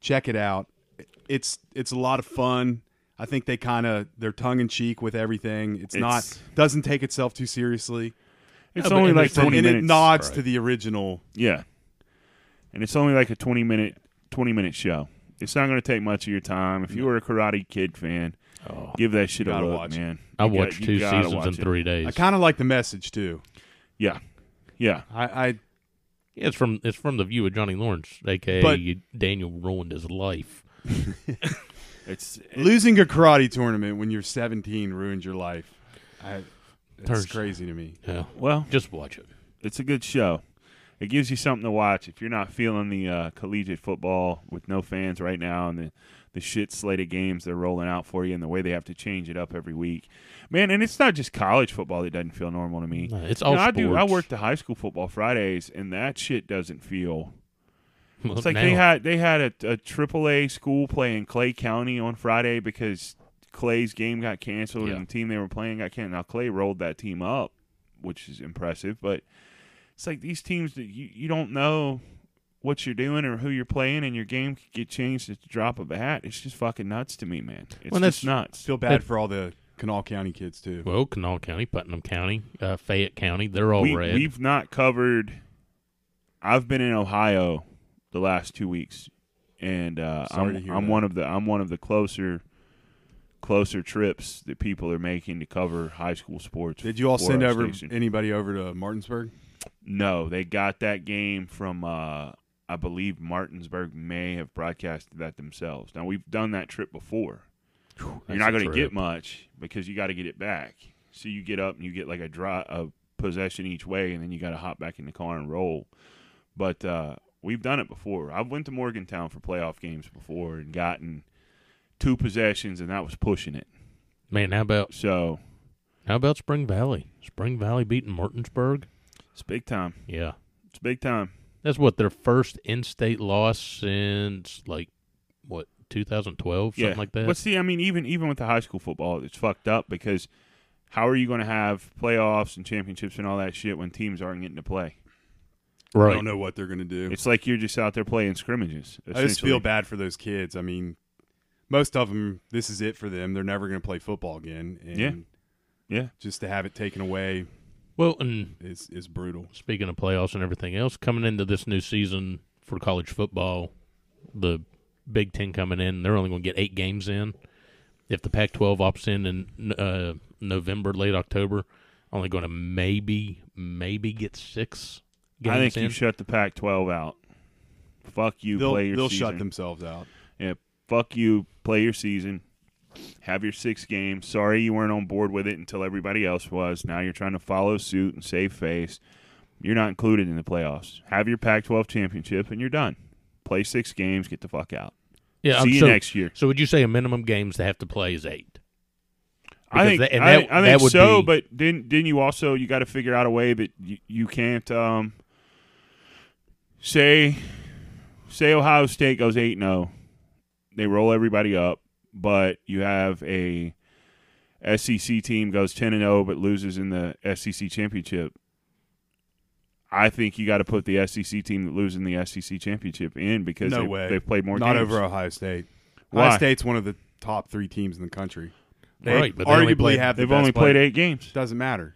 Speaker 3: check it out. It's it's a lot of fun. I think they kind of they're tongue in cheek with everything. It's, not
Speaker 1: It's-
Speaker 3: doesn't take itself too seriously.
Speaker 1: It's
Speaker 2: but-
Speaker 1: only
Speaker 2: and
Speaker 1: like
Speaker 2: it's- and
Speaker 1: twenty
Speaker 3: and
Speaker 1: minutes.
Speaker 3: it nods
Speaker 2: right.
Speaker 3: to the original.
Speaker 1: Yeah, and it's only like a twenty minute twenty minute show. It's not gonna take much of your time. If you were a Karate Kid fan, give that shit a
Speaker 3: Gotta
Speaker 1: look,
Speaker 3: watch it.
Speaker 1: man.
Speaker 2: I
Speaker 1: You got-
Speaker 2: watched
Speaker 1: you
Speaker 2: two
Speaker 1: gotta
Speaker 2: seasons
Speaker 1: watch
Speaker 2: in
Speaker 1: it.
Speaker 2: three days.
Speaker 3: I kind of like the message too.
Speaker 1: Yeah, yeah.
Speaker 3: I, I
Speaker 2: Yeah, it's from it's from the view of Johnny Lawrence, aka
Speaker 3: But-
Speaker 2: Daniel ruined his life.
Speaker 1: It's
Speaker 3: losing a karate tournament when you're 17 ruined your life. I, that's
Speaker 2: Turns-
Speaker 3: crazy to me.
Speaker 2: Yeah,
Speaker 1: well,
Speaker 2: just watch it.
Speaker 1: it's a good show. It gives you something to watch if you're not feeling the uh, collegiate football with no fans right now and the the shit slate of games they're rolling out for you and the way they have to change it up every week, man. And it's not just college football that doesn't feel normal to me.
Speaker 2: No, Uh, it's
Speaker 1: You know,
Speaker 2: all
Speaker 1: I do. I
Speaker 2: sports.
Speaker 1: work the high school football Fridays, and that shit doesn't feel.
Speaker 2: Well,
Speaker 1: It's like
Speaker 2: now,
Speaker 1: they had they had a, a triple A school playing Clay County on Friday because Clay's game got canceled
Speaker 2: Yeah.
Speaker 1: and the team they were playing got canceled. Now Clay rolled that team up, which is impressive, but it's like these teams that you, you don't know what you're doing or who you're playing and your game could get changed at the drop of a hat. It's just fucking nuts to me, man. It's
Speaker 2: Well,
Speaker 1: just
Speaker 2: that's-
Speaker 1: nuts.
Speaker 3: Feel bad for all the Kanawha County kids too.
Speaker 2: well, Kanawha County, Putnam County, uh, Fayette County, they're
Speaker 3: Oh,
Speaker 2: all
Speaker 1: we,
Speaker 2: red.
Speaker 1: We've not covered. I've been in Ohio the last two weeks, and uh,
Speaker 3: Sorry
Speaker 1: I'm,
Speaker 3: to hear
Speaker 1: I'm
Speaker 3: that.
Speaker 1: one of the I'm one of the closer closer trips that people are making to cover high school sports.
Speaker 3: Did you all
Speaker 1: for
Speaker 3: send
Speaker 1: our
Speaker 3: over
Speaker 1: station.
Speaker 3: anybody over to Martinsburg?
Speaker 1: no, they got that game from. Uh, I believe Martinsburg may have broadcasted that themselves. Now we've done that trip before. You're not
Speaker 2: That's a
Speaker 1: going to get
Speaker 2: trip.
Speaker 1: much because you got to get it back. So you get up and you get like a dry a possession each way, and then you got to hop back in the car and roll. But uh, we've done it before. I've went to Morgantown for playoff games before and gotten two possessions, and that was pushing it.
Speaker 2: Man, how about
Speaker 1: So
Speaker 2: how about Spring Valley? Spring Valley beating Martinsburg.
Speaker 1: it's big time.
Speaker 2: Yeah,
Speaker 1: It's big time.
Speaker 2: that's what their first in-state loss since like what 2012,
Speaker 1: yeah.
Speaker 2: something like that.
Speaker 1: But see, I mean, even even with the high school football, it's fucked up because how are you going to have playoffs and championships and all that shit when teams aren't getting to play?
Speaker 3: I
Speaker 2: right?
Speaker 3: don't know what they're going to do.
Speaker 1: It's like you're just out there playing scrimmages.
Speaker 3: I just feel
Speaker 1: essentially.
Speaker 3: bad for those kids. I mean, most of them, this is it for them. They're never going to play football again. And
Speaker 1: Yeah. Yeah.
Speaker 3: Just to have it taken away
Speaker 2: Well, and
Speaker 3: is is brutal.
Speaker 2: speaking of playoffs and everything else, coming into this new season for college football, the Big Ten coming in, they're only going to get eight games in. If the Pac-12 opts in in uh, November, late October, only going to maybe maybe get six. Games
Speaker 1: I think you
Speaker 2: in.
Speaker 1: shut the Pac-12 out. Fuck you,
Speaker 3: They'll,
Speaker 1: play your
Speaker 3: they'll
Speaker 1: season.
Speaker 3: shut themselves out.
Speaker 1: Yeah, fuck you, play your season. Have your six games. Sorry you weren't on board with it until everybody else was. Now you're trying to follow suit and save face. You're not included in the playoffs. Have your Pac-12 championship and you're done. Play six games. Get the fuck out.
Speaker 2: yeah,
Speaker 1: see
Speaker 2: um,
Speaker 1: you
Speaker 2: so-
Speaker 1: next year.
Speaker 2: So would you say a minimum games they have to play is eight?
Speaker 1: I
Speaker 2: Because
Speaker 1: think
Speaker 2: that- and
Speaker 1: I,
Speaker 2: that-
Speaker 1: I
Speaker 2: that
Speaker 1: think
Speaker 2: would
Speaker 1: so,
Speaker 2: be-
Speaker 1: but didn't didn't you also you got to figure out a way that you, you can't um, say say Ohio State goes eight zero, they roll everybody up, but you have a SEC team goes ten and zero but loses in the SEC championship. I think you got to put the SEC team that loses in the SEC championship in because
Speaker 3: No
Speaker 1: they,
Speaker 3: way.
Speaker 1: have played more
Speaker 3: Not
Speaker 1: games.
Speaker 3: over Ohio State.
Speaker 1: Why?
Speaker 3: Ohio State's one of the top three teams in the country. They
Speaker 2: Right, but they
Speaker 3: arguably
Speaker 2: only played-
Speaker 3: have the
Speaker 1: They've
Speaker 3: best
Speaker 1: only played
Speaker 3: player.
Speaker 1: eight games.
Speaker 3: Doesn't matter.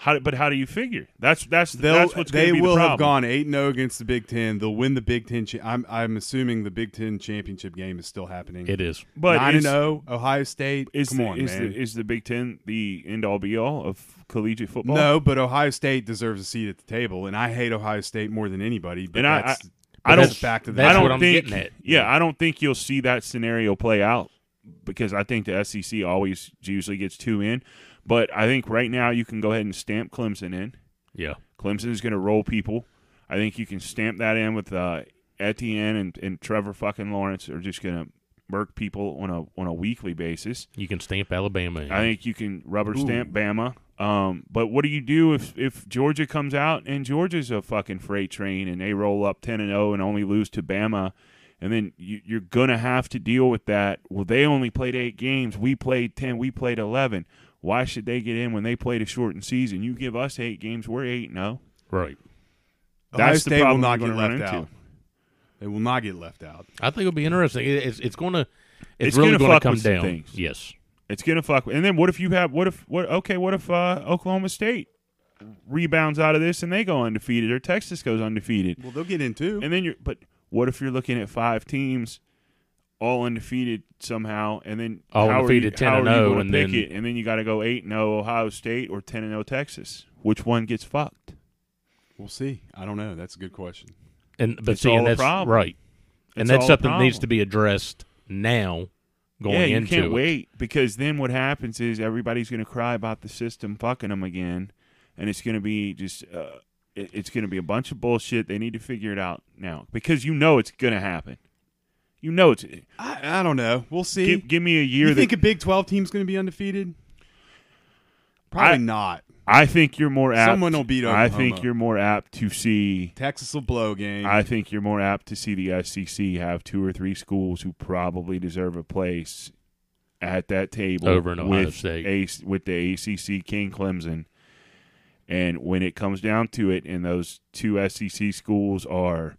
Speaker 1: How, but how do you figure? That's that's
Speaker 3: They'll,
Speaker 1: that's what's gonna
Speaker 3: they
Speaker 1: be the
Speaker 3: will have
Speaker 1: problem.
Speaker 3: gone eight and zero against the Big Ten. They'll win the Big Ten. Cha- I'm I'm assuming the Big Ten championship game is still happening.
Speaker 2: It is.
Speaker 1: But
Speaker 3: nine and
Speaker 1: is,
Speaker 3: zero. Ohio State.
Speaker 1: is
Speaker 3: Come
Speaker 1: the,
Speaker 3: on,
Speaker 1: is
Speaker 3: man.
Speaker 1: The, is the Big Ten the end all be all of collegiate football?
Speaker 3: no, but Ohio State deserves a seat at the table, and I hate Ohio State more than anybody. But
Speaker 1: and I, I,
Speaker 3: that's,
Speaker 1: I
Speaker 3: that's
Speaker 1: don't.
Speaker 3: back to the
Speaker 1: I
Speaker 2: that's
Speaker 1: don't
Speaker 2: what I'm
Speaker 1: think.
Speaker 2: getting at.
Speaker 1: Yeah, I don't think you'll see that scenario play out because I think the SEC always usually gets two in. But I think right now you can go ahead and stamp Clemson in.
Speaker 2: Yeah,
Speaker 1: Clemson is going to roll people. I think you can stamp that in with uh, Etienne and, and Trevor fucking Lawrence are just going to Burke people on a on a weekly basis.
Speaker 2: You can stamp Alabama. In.
Speaker 1: I think you can rubber stamp Bama. Um, but what do you do if if Georgia comes out and Georgia's a fucking freight train and they roll up ten and zero and only lose to Bama, and then you, you're gonna have to deal with that. Well, they only played eight games. We played ten. We played eleven. Why should they get in when they played a shortened season? You give us eight games, we're eight and oh. zero.
Speaker 2: right.
Speaker 3: Ohio
Speaker 1: That's the
Speaker 3: State will
Speaker 1: problem you're
Speaker 3: not get
Speaker 1: gonna
Speaker 3: left
Speaker 1: run
Speaker 3: out.
Speaker 1: into.
Speaker 3: They will not get left out.
Speaker 2: I think it'll be interesting. It- It's it's gonna it's,
Speaker 1: It's
Speaker 2: really
Speaker 1: gonna
Speaker 2: gonna,
Speaker 1: fuck
Speaker 2: come
Speaker 1: with some
Speaker 2: down.
Speaker 1: things.
Speaker 2: Yes.
Speaker 1: It's gonna fuck. And then what if you have what if what? Okay, what if uh, Oklahoma State rebounds out of this and they go undefeated, or Texas goes undefeated?
Speaker 3: Well, they'll get in too.
Speaker 1: And then you're, but what if you're looking at five teams, all undefeated somehow, and then
Speaker 2: All
Speaker 1: how are
Speaker 2: undefeated,
Speaker 1: you-
Speaker 2: 10
Speaker 1: how
Speaker 2: and
Speaker 1: are you
Speaker 2: 0,
Speaker 1: gonna
Speaker 2: and
Speaker 1: pick
Speaker 2: then-
Speaker 1: it? and then you got to go eight and zero Ohio State or ten and zero Texas. Which one gets fucked?
Speaker 3: We'll see. I don't know. That's a good question.
Speaker 2: And but
Speaker 1: It's
Speaker 2: see,
Speaker 1: all
Speaker 2: and
Speaker 1: a
Speaker 2: that's
Speaker 1: problem.
Speaker 2: right.
Speaker 1: It's
Speaker 2: and that's
Speaker 1: all a
Speaker 2: something that needs
Speaker 1: problem.
Speaker 2: to be addressed now. Going
Speaker 1: yeah, you
Speaker 2: into
Speaker 1: can't
Speaker 2: it.
Speaker 1: wait because then what happens is everybody's going to cry about the system fucking them again, and it's going to be just uh, it, it's going to be a bunch of bullshit. They need to figure it out now because you know it's going to happen. You know it's.
Speaker 3: I, I don't know. We'll see.
Speaker 1: Give, give me a year
Speaker 3: you
Speaker 1: that
Speaker 3: think a Big Twelve team's going to be undefeated? Probably
Speaker 1: I-
Speaker 3: not.
Speaker 1: I think you're more apt.
Speaker 3: Someone will beat
Speaker 1: I
Speaker 3: Oklahoma.
Speaker 1: think you're more apt to see.
Speaker 3: Texas will blow a game.
Speaker 1: I think you're more apt to see the SEC have two or three schools who probably deserve a place at that table
Speaker 2: Over in Ohio
Speaker 1: with
Speaker 2: State.
Speaker 1: A, with the ACC King Clemson. And when it comes down to it, and those two SEC schools are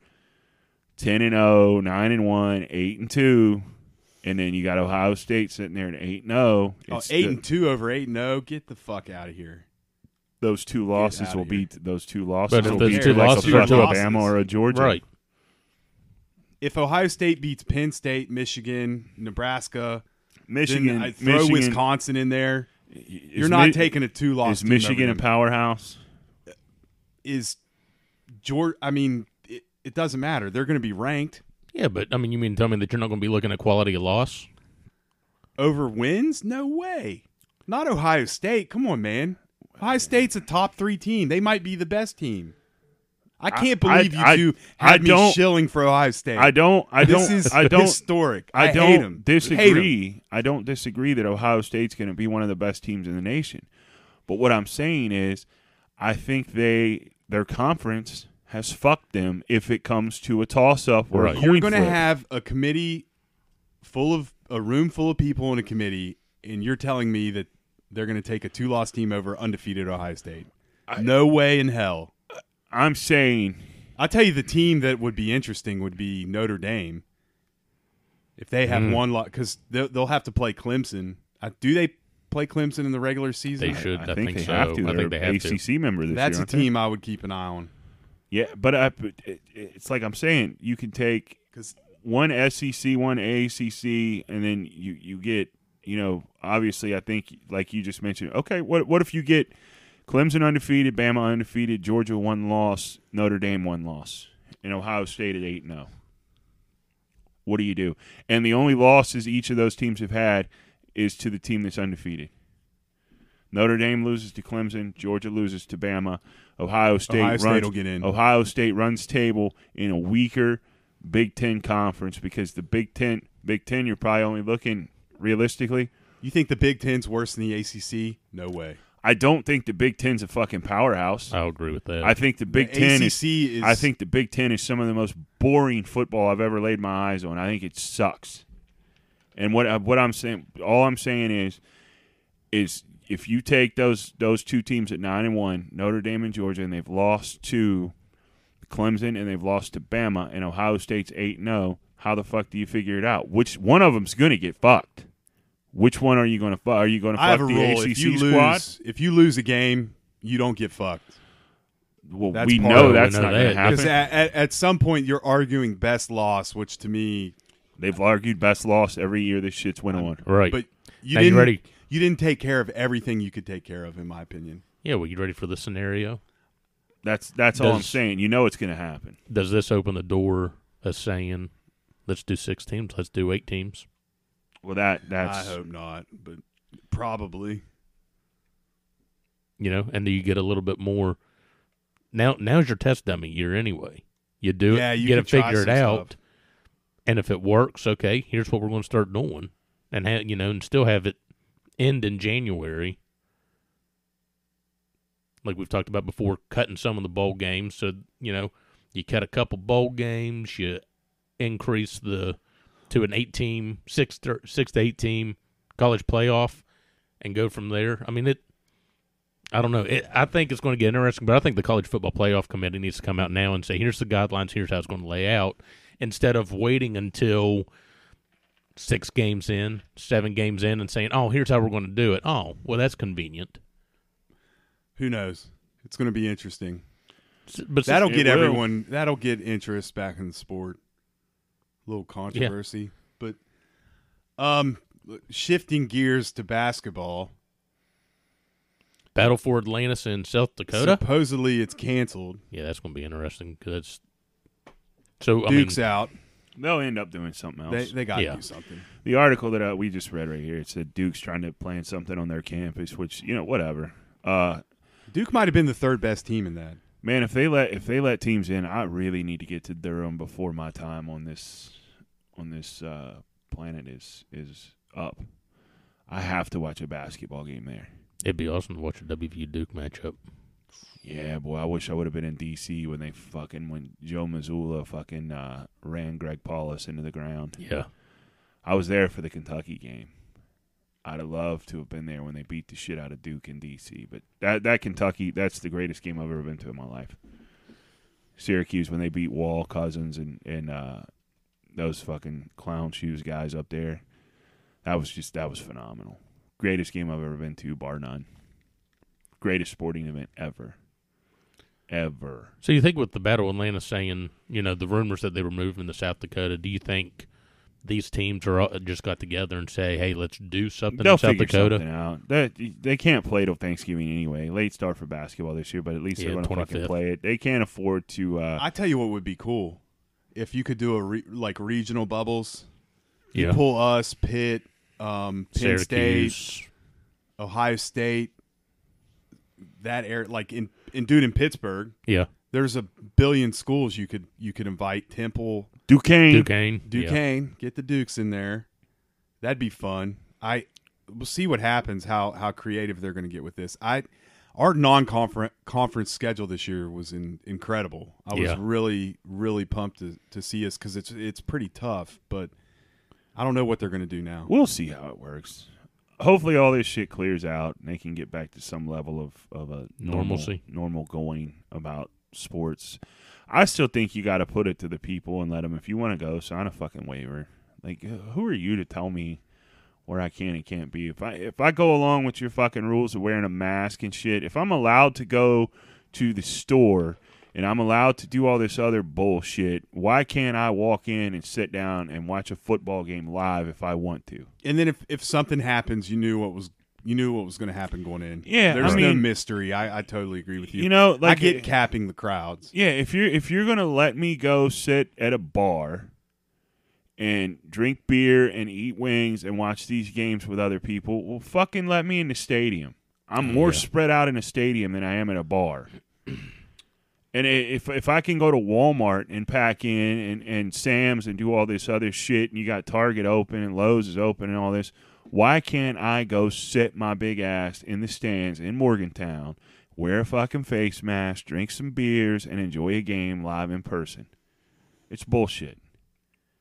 Speaker 1: ten and 0, 9 and one, eight and two, and then you got Ohio State sitting there at eight and zero.
Speaker 3: oh,
Speaker 1: it's
Speaker 3: eight
Speaker 1: the-
Speaker 3: and two over eight and zero. Get the fuck out of here.
Speaker 1: those two losses
Speaker 3: outta
Speaker 1: will
Speaker 3: here.
Speaker 1: beat those two losses.
Speaker 2: if
Speaker 1: will
Speaker 2: those
Speaker 1: beat
Speaker 2: two
Speaker 1: like
Speaker 2: losses
Speaker 1: a
Speaker 2: are
Speaker 1: fucking
Speaker 2: to a-
Speaker 1: Alabama or a Georgia,
Speaker 2: Right.
Speaker 3: If Ohio State beats Penn State, Michigan, Nebraska,
Speaker 1: Michigan,
Speaker 3: then I throw
Speaker 1: Michigan,
Speaker 3: Wisconsin in there.
Speaker 1: is
Speaker 3: You're not
Speaker 1: Mi-
Speaker 3: taking a two loss.
Speaker 1: Is Michigan a powerhouse?
Speaker 3: is George? I mean, it, it doesn't matter. They're going to be ranked
Speaker 2: Yeah, but I mean, you mean tell me that you're not going to be looking at quality of loss?
Speaker 3: over wins. No way. Not Ohio State. Come on, man. Ohio State's a top three team. They might be the best team. I can't
Speaker 1: I-
Speaker 3: believe
Speaker 1: I-
Speaker 3: you two
Speaker 1: I
Speaker 3: had me
Speaker 1: don't-
Speaker 3: shilling for Ohio State.
Speaker 1: I don't. I don't.
Speaker 3: This is
Speaker 1: I don't.
Speaker 3: historic.
Speaker 1: I,
Speaker 3: I
Speaker 1: don't
Speaker 3: hate 'em.
Speaker 1: disagree. I don't disagree that Ohio State's going to be one of the best teams in the nation. But what I'm saying is, I think they their conference has fucked them if it comes to a toss up or
Speaker 2: Right.
Speaker 1: a
Speaker 3: You're
Speaker 1: coin
Speaker 3: going to
Speaker 1: flip.
Speaker 3: have a committee full of a room full of people in a committee, and you're telling me that they're going to take a two loss team over undefeated Ohio State. no way in hell.
Speaker 1: I'm saying
Speaker 3: I'll tell you the team that would be interesting would be Notre Dame. If they
Speaker 1: Mm.
Speaker 3: have one lot, because they'll, they'll have to play Clemson. I, do they play Clemson in the regular season?
Speaker 2: They should. I,
Speaker 1: think, they
Speaker 2: so.
Speaker 1: have to.
Speaker 2: I
Speaker 1: They're
Speaker 2: think they have
Speaker 1: ACC
Speaker 2: to.
Speaker 1: member this
Speaker 3: That's
Speaker 1: year.
Speaker 3: a
Speaker 1: aren't they?
Speaker 3: team I would keep an eye on.
Speaker 1: Yeah, but I, but it, it's like I'm saying, you can take
Speaker 3: 'Cause-
Speaker 1: one SEC, one ACC, and then you you get you know obviously I think like you just mentioned. Okay, what what if you get Clemson undefeated, Bama undefeated, Georgia one loss, Notre Dame one loss, and Ohio State at eight and zero. What do you do? And the only losses each of those teams have had is to the team that's undefeated. Notre Dame loses to Clemson, Georgia loses to Bama, Ohio State
Speaker 3: Ohio
Speaker 1: runs
Speaker 3: State will get in.
Speaker 1: Ohio State runs table in a weaker Big 10 conference because the Big 10 Big 10 you're probably only looking realistically
Speaker 3: You think the Big Ten's worse than the ACC? No way.
Speaker 1: I don't think the Big 10's a fucking powerhouse.
Speaker 2: I'll agree with that.
Speaker 1: I think the Big
Speaker 3: The
Speaker 1: Ten
Speaker 3: ACC is-
Speaker 1: I think the Big Ten is some of the most boring football I've ever laid my eyes on. I think it sucks. And what I- what I'm saying, all I'm saying is, is if you take those those two teams at nine and one, Notre Dame and Georgia, and they've lost to Clemson and they've lost to Bama, and Ohio State's eight and zero. How the fuck do you figure it out? Which one of them's gonna get fucked? Which one are you gonna fuck? Are you gonna fuck
Speaker 3: I have a
Speaker 1: the
Speaker 3: rule.
Speaker 1: ACC
Speaker 3: If you
Speaker 1: squad?
Speaker 3: lose, if you lose a game, you don't get fucked.
Speaker 1: well,
Speaker 3: that's
Speaker 1: we
Speaker 3: part
Speaker 1: know
Speaker 3: of it.
Speaker 1: that's
Speaker 2: We know
Speaker 1: not gonna
Speaker 2: that.
Speaker 1: happen.
Speaker 3: Because at, at, at some point, you're arguing best loss, which to me,
Speaker 1: They've argued best loss every year this shit's went on.
Speaker 2: right.
Speaker 3: but you
Speaker 2: Now you
Speaker 3: didn't.
Speaker 2: ready?
Speaker 3: you didn't take care of everything you could take care of, in my opinion.
Speaker 2: yeah, well, you ready for the scenario?
Speaker 1: That's that's all I'm
Speaker 2: Does-
Speaker 1: saying. You know it's going to happen.
Speaker 2: Does this open the door us saying, let's do six teams, let's do eight teams?
Speaker 1: Well, that that's
Speaker 3: I hope not, but probably.
Speaker 2: You know, and do you get a little bit more? Now, now's your test dummy year anyway. You do
Speaker 3: Yeah,
Speaker 2: it,
Speaker 3: you
Speaker 2: get
Speaker 3: can
Speaker 2: it
Speaker 3: try
Speaker 2: figured
Speaker 3: some
Speaker 2: out,
Speaker 3: stuff.
Speaker 2: and if it works, okay, here's what we're going to start doing, and ha- you know, and still have it end in January. Like we've talked about before, cutting some of the bowl games. So you know, you cut a couple bowl games, you increase the to an eight team, six to, six to eight team college playoff, and go from there. I mean, it. I don't know. It, I think it's going to get interesting, but I think the college football playoff committee needs to come out now and say, "Here's the guidelines. Here's how it's going to lay out," instead of waiting until six games in, seven games in, and saying, "Oh, here's how we're going to do it." Oh, well, that's convenient.
Speaker 3: Who knows? It's going to be interesting.
Speaker 2: S- But
Speaker 3: That'll
Speaker 1: It
Speaker 3: get
Speaker 1: will.
Speaker 3: everyone. That'll get interest back in the sport. A little controversy, but um, shifting gears to basketball.
Speaker 2: battle for Atlantis in South Dakota.
Speaker 3: Supposedly it's canceled.
Speaker 2: yeah, that's going to be interesting because so I mean,
Speaker 3: Duke's out.
Speaker 1: They'll end up doing something else.
Speaker 3: They they got to
Speaker 2: Yeah.
Speaker 3: do something.
Speaker 1: the article that uh, we just read right here it said Duke's trying to plan something on their campus, which you know, whatever. Uh,
Speaker 3: Duke might have been the third best team in that.
Speaker 1: man, if they let if they let teams in, I really need to get to Durham before my time on this on this uh, planet is is up. I have to watch a basketball game there.
Speaker 2: it'd be awesome to watch a WVU Duke matchup.
Speaker 1: Yeah, boy, I wish I would have been in D.C. when they fucking when Joe Missoula fucking uh, ran Greg Paulus into the ground.
Speaker 2: Yeah,
Speaker 1: I was there for the Kentucky game. I'd have loved to have been there when they beat the shit out of Duke in D.C. But that that Kentucky, that's the greatest game I've ever been to in my life. Syracuse when they beat Wall Cousins and and uh, those fucking clown shoes guys up there. That was just that was phenomenal. Greatest game I've ever been to, bar none. Greatest sporting event ever. Ever.
Speaker 2: So you think with the Battle of Atlanta saying, you know, the rumors that they were moving to South Dakota, do you think these teams are all, just got together and say, hey, let's do something
Speaker 1: They'll
Speaker 2: in South
Speaker 1: figure
Speaker 2: Dakota?
Speaker 1: something out. They, they can't play till Thanksgiving anyway. Late start for basketball this year, but at least
Speaker 2: Yeah,
Speaker 1: they're going to fucking
Speaker 2: 25th.
Speaker 1: play it. They can't afford to. Uh,
Speaker 3: I tell you what would be cool if you could do a re- like regional bubbles.
Speaker 2: Yeah.
Speaker 3: You pull us, Pitt, um, Penn
Speaker 2: Syracuse.
Speaker 3: State, Ohio State, that air like in in dude in Pittsburgh.
Speaker 2: Yeah.
Speaker 3: There's a billion schools you could you could invite. Temple,
Speaker 1: Duquesne.
Speaker 2: Duquesne. Yeah.
Speaker 3: Duquesne, get the Dukes in there. That'd be fun. I we'll see what happens. How how creative they're going to get with this. I our non conference conference schedule this year was in, incredible. I was
Speaker 2: Yeah.
Speaker 3: really really pumped to, to see us because it's it's pretty tough, but I don't know what they're going to do now.
Speaker 1: We'll see how it works. Hopefully, all this shit clears out and they can get back to some level of, of a normal,
Speaker 2: Normalcy.
Speaker 1: normal going about sports. I still think you got to put it to the people and let them, if you want to go, sign a fucking waiver. Like, uh, who are you to tell me where I can and can't be? If I if I go along with your fucking rules of wearing a mask and shit, if I'm allowed to go to the store and I'm allowed to do all this other bullshit, why can't I walk in and sit down and watch a football game live if I want to?
Speaker 3: And then if if something happens, you knew what was you knew what was going to happen going in.
Speaker 1: Yeah,
Speaker 3: there's
Speaker 1: I
Speaker 3: no
Speaker 1: mean-
Speaker 3: mystery. I, I totally agree with you.
Speaker 1: You know, like
Speaker 3: I get
Speaker 1: it-
Speaker 3: capping the crowds.
Speaker 1: Yeah, if you're if you're gonna let me go sit at a bar and drink beer and eat wings and watch these games with other people, well, fucking let me in the stadium. I'm more spread out in a stadium than I am at a bar. And i- if if I can go to Walmart and pack in and, and Sam's and do all this other shit, and you got Target open and Lowe's is open and all this, why can't I go sit my big ass in the stands in Morgantown, wear a fucking face mask, drink some beers, and enjoy a game live in person? It's bullshit.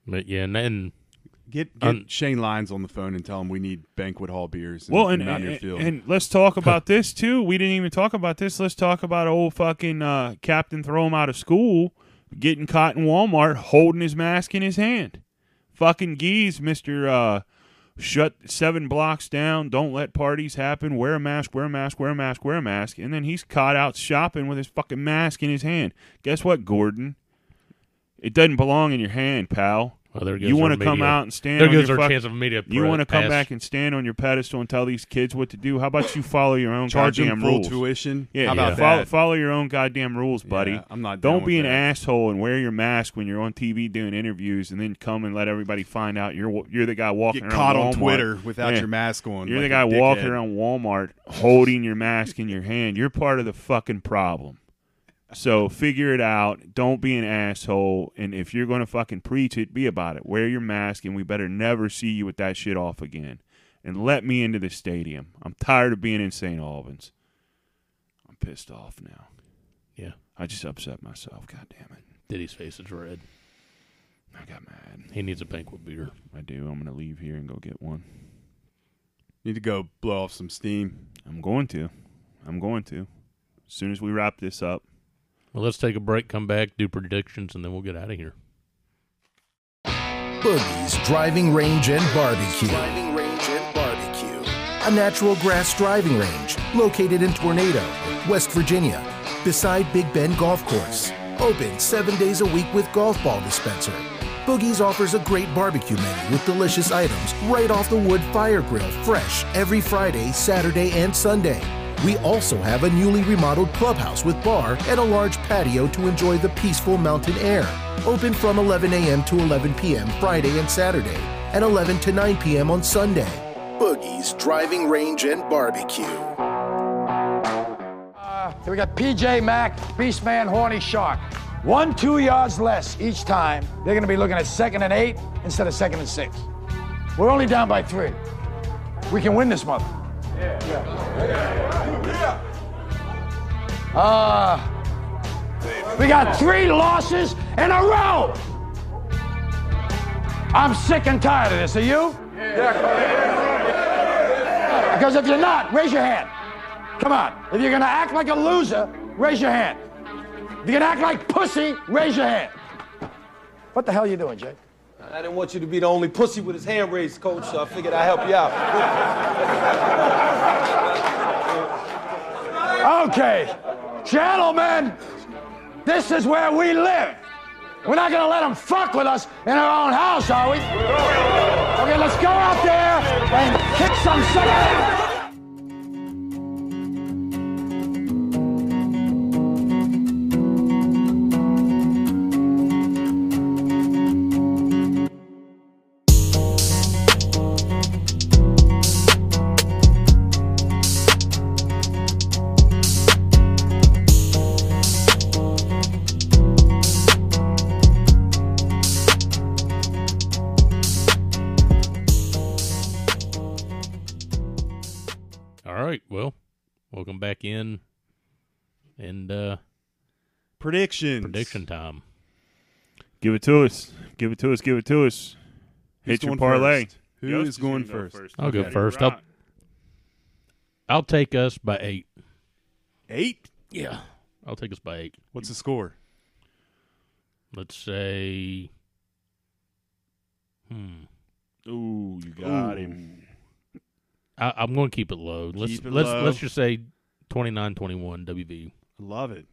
Speaker 2: But yeah, and then
Speaker 3: Get, get
Speaker 2: Um,
Speaker 3: Shane Lyons on the phone and tell him we need banquet hall beers.
Speaker 1: Well,
Speaker 3: in,
Speaker 1: and,
Speaker 3: not
Speaker 1: and,
Speaker 3: your field.
Speaker 1: and let's talk about this too. We didn't even talk about this. Let's talk about old fucking uh, Captain throw him out of school, getting caught in Walmart holding his mask in his hand. Fucking geese, Mister. Uh, shut seven blocks down. Don't let parties happen. Wear a mask. Wear a mask. Wear a mask. Wear a mask. And then he's caught out shopping with his fucking mask in his hand. Guess what, Gordon? It doesn't belong in your hand, pal.
Speaker 2: well, there goes
Speaker 1: you
Speaker 2: want
Speaker 1: wanna come out and stand
Speaker 2: There
Speaker 1: on
Speaker 2: goes
Speaker 1: your
Speaker 2: our
Speaker 1: fuck-
Speaker 2: chance of media.
Speaker 1: You
Speaker 2: pre-
Speaker 1: want to come
Speaker 2: pass.
Speaker 1: back and stand on your pedestal and tell these kids what to do? How about you follow your own
Speaker 3: charging
Speaker 1: goddamn
Speaker 3: full
Speaker 1: rules?
Speaker 3: tuition.
Speaker 1: Yeah,
Speaker 3: How about
Speaker 1: yeah. Follow,
Speaker 3: that?
Speaker 1: follow your own goddamn rules, buddy.
Speaker 3: Yeah, I'm not. down
Speaker 1: Don't
Speaker 3: with
Speaker 1: be an
Speaker 3: that.
Speaker 1: asshole and wear your mask when you're on TV doing interviews, and then come and let everybody find out you're you're the guy walking
Speaker 3: Get
Speaker 1: around
Speaker 3: caught on
Speaker 1: Walmart.
Speaker 3: Twitter without
Speaker 1: Yeah.
Speaker 3: your mask on.
Speaker 1: You're the
Speaker 3: like
Speaker 1: guy
Speaker 3: a
Speaker 1: walking
Speaker 3: dickhead.
Speaker 1: around Walmart holding your mask in your hand. You're part of the fucking problem. So figure it out. Don't be an asshole. And if you're going to fucking preach it, be about it. Wear your mask, and we better never see you with that shit off again. And let me into the stadium. I'm tired of being in St. Albans. I'm pissed off now.
Speaker 2: Yeah.
Speaker 1: I just upset myself. God damn it.
Speaker 2: Diddy's face is red.
Speaker 1: I got mad.
Speaker 2: He needs a banquet beer.
Speaker 1: I do. I'm going to leave here and go get one.
Speaker 3: Need to go blow off some steam.
Speaker 1: I'm going to. I'm going to. As soon as we wrap this up,
Speaker 2: Well, let's take a break, come back, do predictions, and then we'll get out of here.
Speaker 9: Boogie's Driving Range and Barbecue.
Speaker 4: Driving range and barbecue.
Speaker 9: A natural grass driving range located in Tornado, West Virginia, beside Big Bend Golf Course. Open seven days a week with golf ball dispenser. Boogie's offers a great barbecue menu with delicious items right off the wood fire grill, fresh every Friday, Saturday, and Sunday. We also have a newly remodeled clubhouse with bar and a large patio to enjoy the peaceful mountain air. Open from 11 a.m. to 11 p.m. Friday and Saturday, and 11 to 9 p.m. on Sunday. Boogie's Driving Range and Barbecue.
Speaker 8: Then we got PJ Mack, Beast Man, Horny Shark. One, two yards less each time. They're going to be looking at second and eight instead of second and six. We're only down by three. We can win this month. Yeah. Uh, we got three losses in a row. I'm sick and tired of this. Are you? Yeah. Because if you're not, raise your hand. Come on. If you're gonna act like a loser, raise your hand. If you're gonna act like pussy, raise your hand. What the hell are you doing, Jake?
Speaker 10: I didn't want you to be the only pussy with his hand raised, coach, so I figured I'd help you out.
Speaker 8: Okay, gentlemen, this is where we live. We're not gonna let them fuck with us in our own house, are we? Okay, let's go out there and kick some sucker. ass.
Speaker 2: All right. Well, welcome back in. And uh
Speaker 3: Predictions.
Speaker 2: prediction time.
Speaker 1: give it to us. Give it to us. Give it to us.
Speaker 3: Who's
Speaker 1: Hit your
Speaker 3: going
Speaker 1: parlay.
Speaker 3: first? Who
Speaker 1: Yost
Speaker 3: is going
Speaker 1: gonna go
Speaker 3: first?
Speaker 2: I'll go
Speaker 1: Okay.
Speaker 2: first.
Speaker 1: Rock.
Speaker 2: I'll- I'll take us by eight.
Speaker 3: Eight.
Speaker 2: Yeah. I'll take us by eight.
Speaker 3: What's the score?
Speaker 2: Let's say Hmm.
Speaker 1: Ooh, you got him.
Speaker 2: I, I'm going to keep it low. Let's
Speaker 3: Keep it
Speaker 2: let's
Speaker 3: low.
Speaker 2: let's just say 29-21 WV.
Speaker 3: I love it.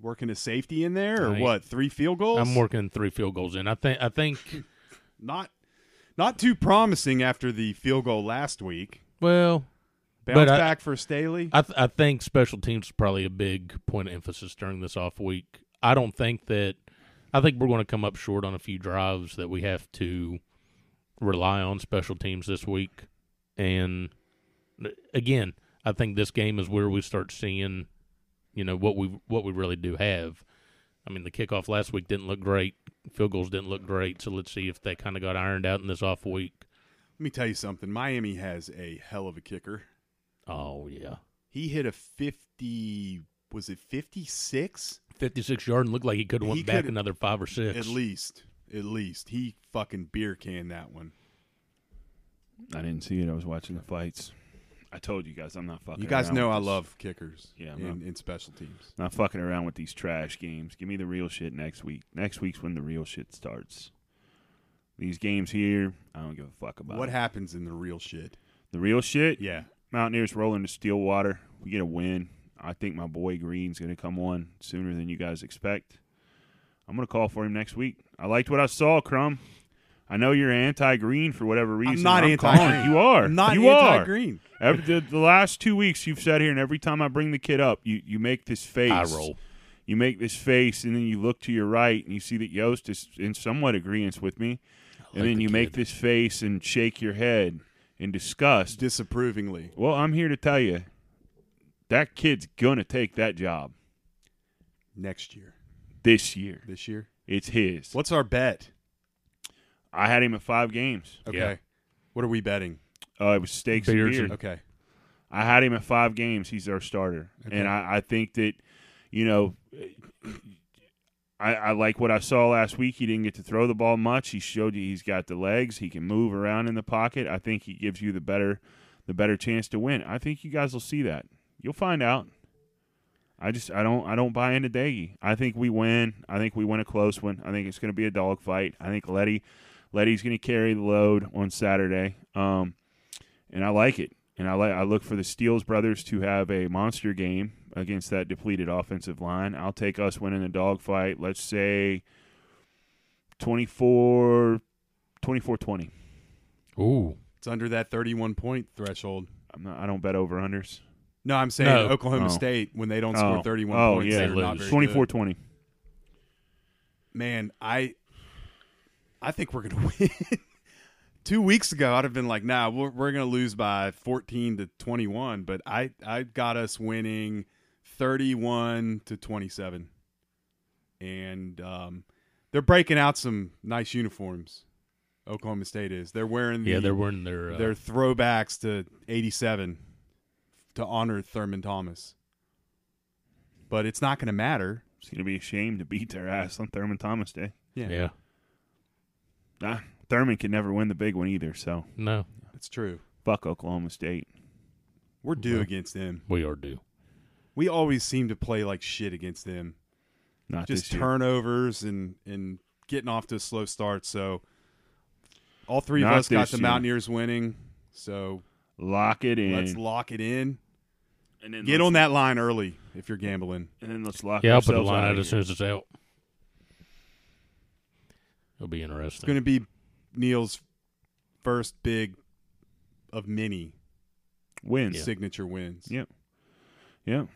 Speaker 3: Working a safety in there, or
Speaker 2: Right.
Speaker 3: what? Three field goals.
Speaker 2: I'm working three field goals in. I think I think
Speaker 3: Not, not too promising after the field goal last week.
Speaker 2: well,
Speaker 3: Bounce
Speaker 2: But I-
Speaker 3: back for Staley.
Speaker 2: I, th- I think special teams is probably a big point of emphasis during this off week. I don't think that. I think we're going to come up short on a few drives that we have to rely on special teams this week. And again, I think this game is where we start seeing, you know, what we what we really do have. I mean, the kickoff last week didn't look great. Field goals didn't look great. So let's see if they kind of got ironed out in this off week.
Speaker 3: Let me tell you something. Miami has a hell of a kicker.
Speaker 2: Oh yeah,
Speaker 3: He hit a fifty. Was it fifty six?
Speaker 2: fifty six yard and looked like he could have
Speaker 3: He
Speaker 2: went back
Speaker 3: could-
Speaker 2: another five or six.
Speaker 3: At least, at least he fucking beer canned that one.
Speaker 1: I didn't see it. I was watching the fights. I told you guys I'm not fucking.
Speaker 3: You guys
Speaker 1: around
Speaker 3: know
Speaker 1: with
Speaker 3: I
Speaker 1: this.
Speaker 3: love kickers.
Speaker 1: Yeah, I'm
Speaker 3: in, in special teams.
Speaker 1: Not fucking around with these trash games. Give me the real shit next week. Next week's when the real shit starts. These games here, I don't give a fuck about.
Speaker 3: What
Speaker 1: it.
Speaker 3: happens in the real shit?
Speaker 1: The real shit.
Speaker 3: Yeah,
Speaker 1: Mountaineers rolling to Stillwater. We get a win. I think my boy Green's going to come on sooner than you guys expect. I'm going to call for him next week. I liked what I saw, Crumb. I know you're anti-green for whatever reason.
Speaker 3: I'm not anti.
Speaker 1: calling- You are.
Speaker 3: I'm not
Speaker 1: you are.
Speaker 3: anti-green.
Speaker 1: Every, the, the last two weeks you've sat here, and every time I bring the kid up, you, you make this face.
Speaker 2: Eye roll.
Speaker 1: You make this face, and then you look to your right, and you see that Yost is in somewhat agreement with me. and
Speaker 2: like
Speaker 1: then
Speaker 2: the
Speaker 1: you make
Speaker 2: kid.
Speaker 1: this face and shake your head in disgust.
Speaker 3: Disapprovingly.
Speaker 1: Well, I'm here to tell you that kid's going to take that job.
Speaker 3: next year.
Speaker 1: This year.
Speaker 3: This year.
Speaker 1: It's his.
Speaker 3: What's our bet?
Speaker 1: I had him at five games.
Speaker 3: Okay. What are we betting?
Speaker 1: Uh, it was steaks
Speaker 3: Beers
Speaker 1: and
Speaker 3: and-
Speaker 1: beer.
Speaker 3: Okay.
Speaker 1: I had him at five games. He's our starter,
Speaker 3: Okay.
Speaker 1: and I, I think that, you know, I, I like what I saw last week. He didn't get to throw the ball much. He showed you he's got the legs. He can move around in the pocket. I think he gives you the better, the better chance to win. I think you guys will see that. You'll find out. I just I don't I don't buy into Daggy. I think we win. I think we win a close one. I think it's going to be a dog fight. I think Letty Letty's going to carry the load on Saturday. Um, and I like it. And I like I look for the Steels brothers to have a monster game against that depleted offensive line. I'll take us winning the dog fight. Let's say 24 24-20.
Speaker 2: Ooh.
Speaker 3: It's under that 31 point threshold.
Speaker 1: I'm not, I don't bet over unders.
Speaker 3: No, I'm saying
Speaker 1: No.
Speaker 3: Oklahoma
Speaker 1: Oh.
Speaker 3: State when they don't
Speaker 1: Oh.
Speaker 3: score 31
Speaker 1: Oh,
Speaker 3: points.
Speaker 1: yeah.
Speaker 3: they're not
Speaker 1: They lose.
Speaker 3: very
Speaker 1: 24-20.
Speaker 3: good. Man, I I think we're going to win. 2 weeks ago I'd have been like, "Nah, we're, we're going to lose by 14 to 21," but I I got us winning 31 to 27. And um they're breaking out some nice uniforms. Oklahoma State is. They're wearing
Speaker 2: Yeah,
Speaker 3: the-
Speaker 2: they're wearing their, uh,
Speaker 3: their throwbacks to 87 to honor Thurman Thomas. But it's not going to matter.
Speaker 1: It's going to be a shame to beat their ass on Thurman Thomas Day.
Speaker 3: Yeah.
Speaker 2: Yeah.
Speaker 1: Nah, Thurman can never win the big one either, so.
Speaker 2: No.
Speaker 3: It's true.
Speaker 1: Fuck Oklahoma State.
Speaker 3: We're due against them.
Speaker 2: We are due.
Speaker 3: We always seem to play like shit against them.
Speaker 1: Not
Speaker 3: Just
Speaker 1: this year.
Speaker 3: turnovers and and getting off to a slow start. So all three
Speaker 1: Not
Speaker 3: of us got
Speaker 1: this
Speaker 3: the
Speaker 1: year.
Speaker 3: Mountaineers winning. So
Speaker 1: Lock it in.
Speaker 3: let's lock it in.
Speaker 1: And then
Speaker 3: Get
Speaker 1: let's-
Speaker 3: on that line early if you're gambling.
Speaker 1: And then let's lock
Speaker 2: yeah, I'll put the
Speaker 1: ourselves
Speaker 2: line
Speaker 1: out
Speaker 2: out
Speaker 1: of
Speaker 2: as
Speaker 1: here.
Speaker 2: soon as it's out. It'll be
Speaker 3: It's
Speaker 2: interesting.
Speaker 3: going to be Neil's first big of many
Speaker 1: Wins.
Speaker 3: signature wins.
Speaker 1: Yep. Yep.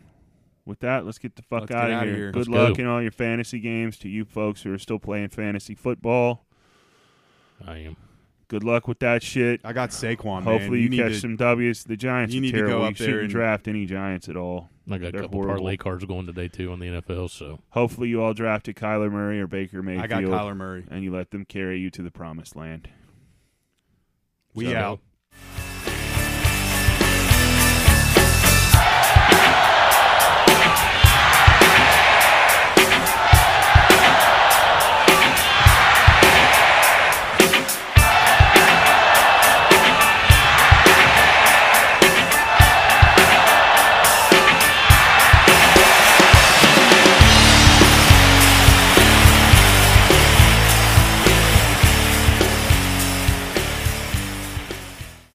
Speaker 1: With that, let's get the fuck
Speaker 3: Let's get
Speaker 1: out of
Speaker 3: outta
Speaker 1: here.
Speaker 3: here.
Speaker 1: Good
Speaker 3: Let's
Speaker 1: luck
Speaker 2: go.
Speaker 1: in all your fantasy games to you folks who are still playing fantasy football.
Speaker 2: I am.
Speaker 1: Good luck with that shit.
Speaker 3: I got Saquon. man.
Speaker 1: Hopefully you,
Speaker 3: need
Speaker 1: catch
Speaker 3: to-
Speaker 1: some W's. The Giants are
Speaker 3: you need to go
Speaker 1: terrible.
Speaker 3: up
Speaker 1: you
Speaker 3: there
Speaker 1: shouldn't
Speaker 3: and-
Speaker 1: draft any Giants at all.
Speaker 2: I got a
Speaker 1: They're
Speaker 2: couple
Speaker 1: horrible.
Speaker 2: parlay cards going today too on the NFL. So
Speaker 1: Hopefully you all drafted Kyler Murray or Baker Mayfield.
Speaker 3: I got Kyler Murray.
Speaker 1: And you let them carry you to the promised land.
Speaker 3: We
Speaker 1: So-
Speaker 3: out.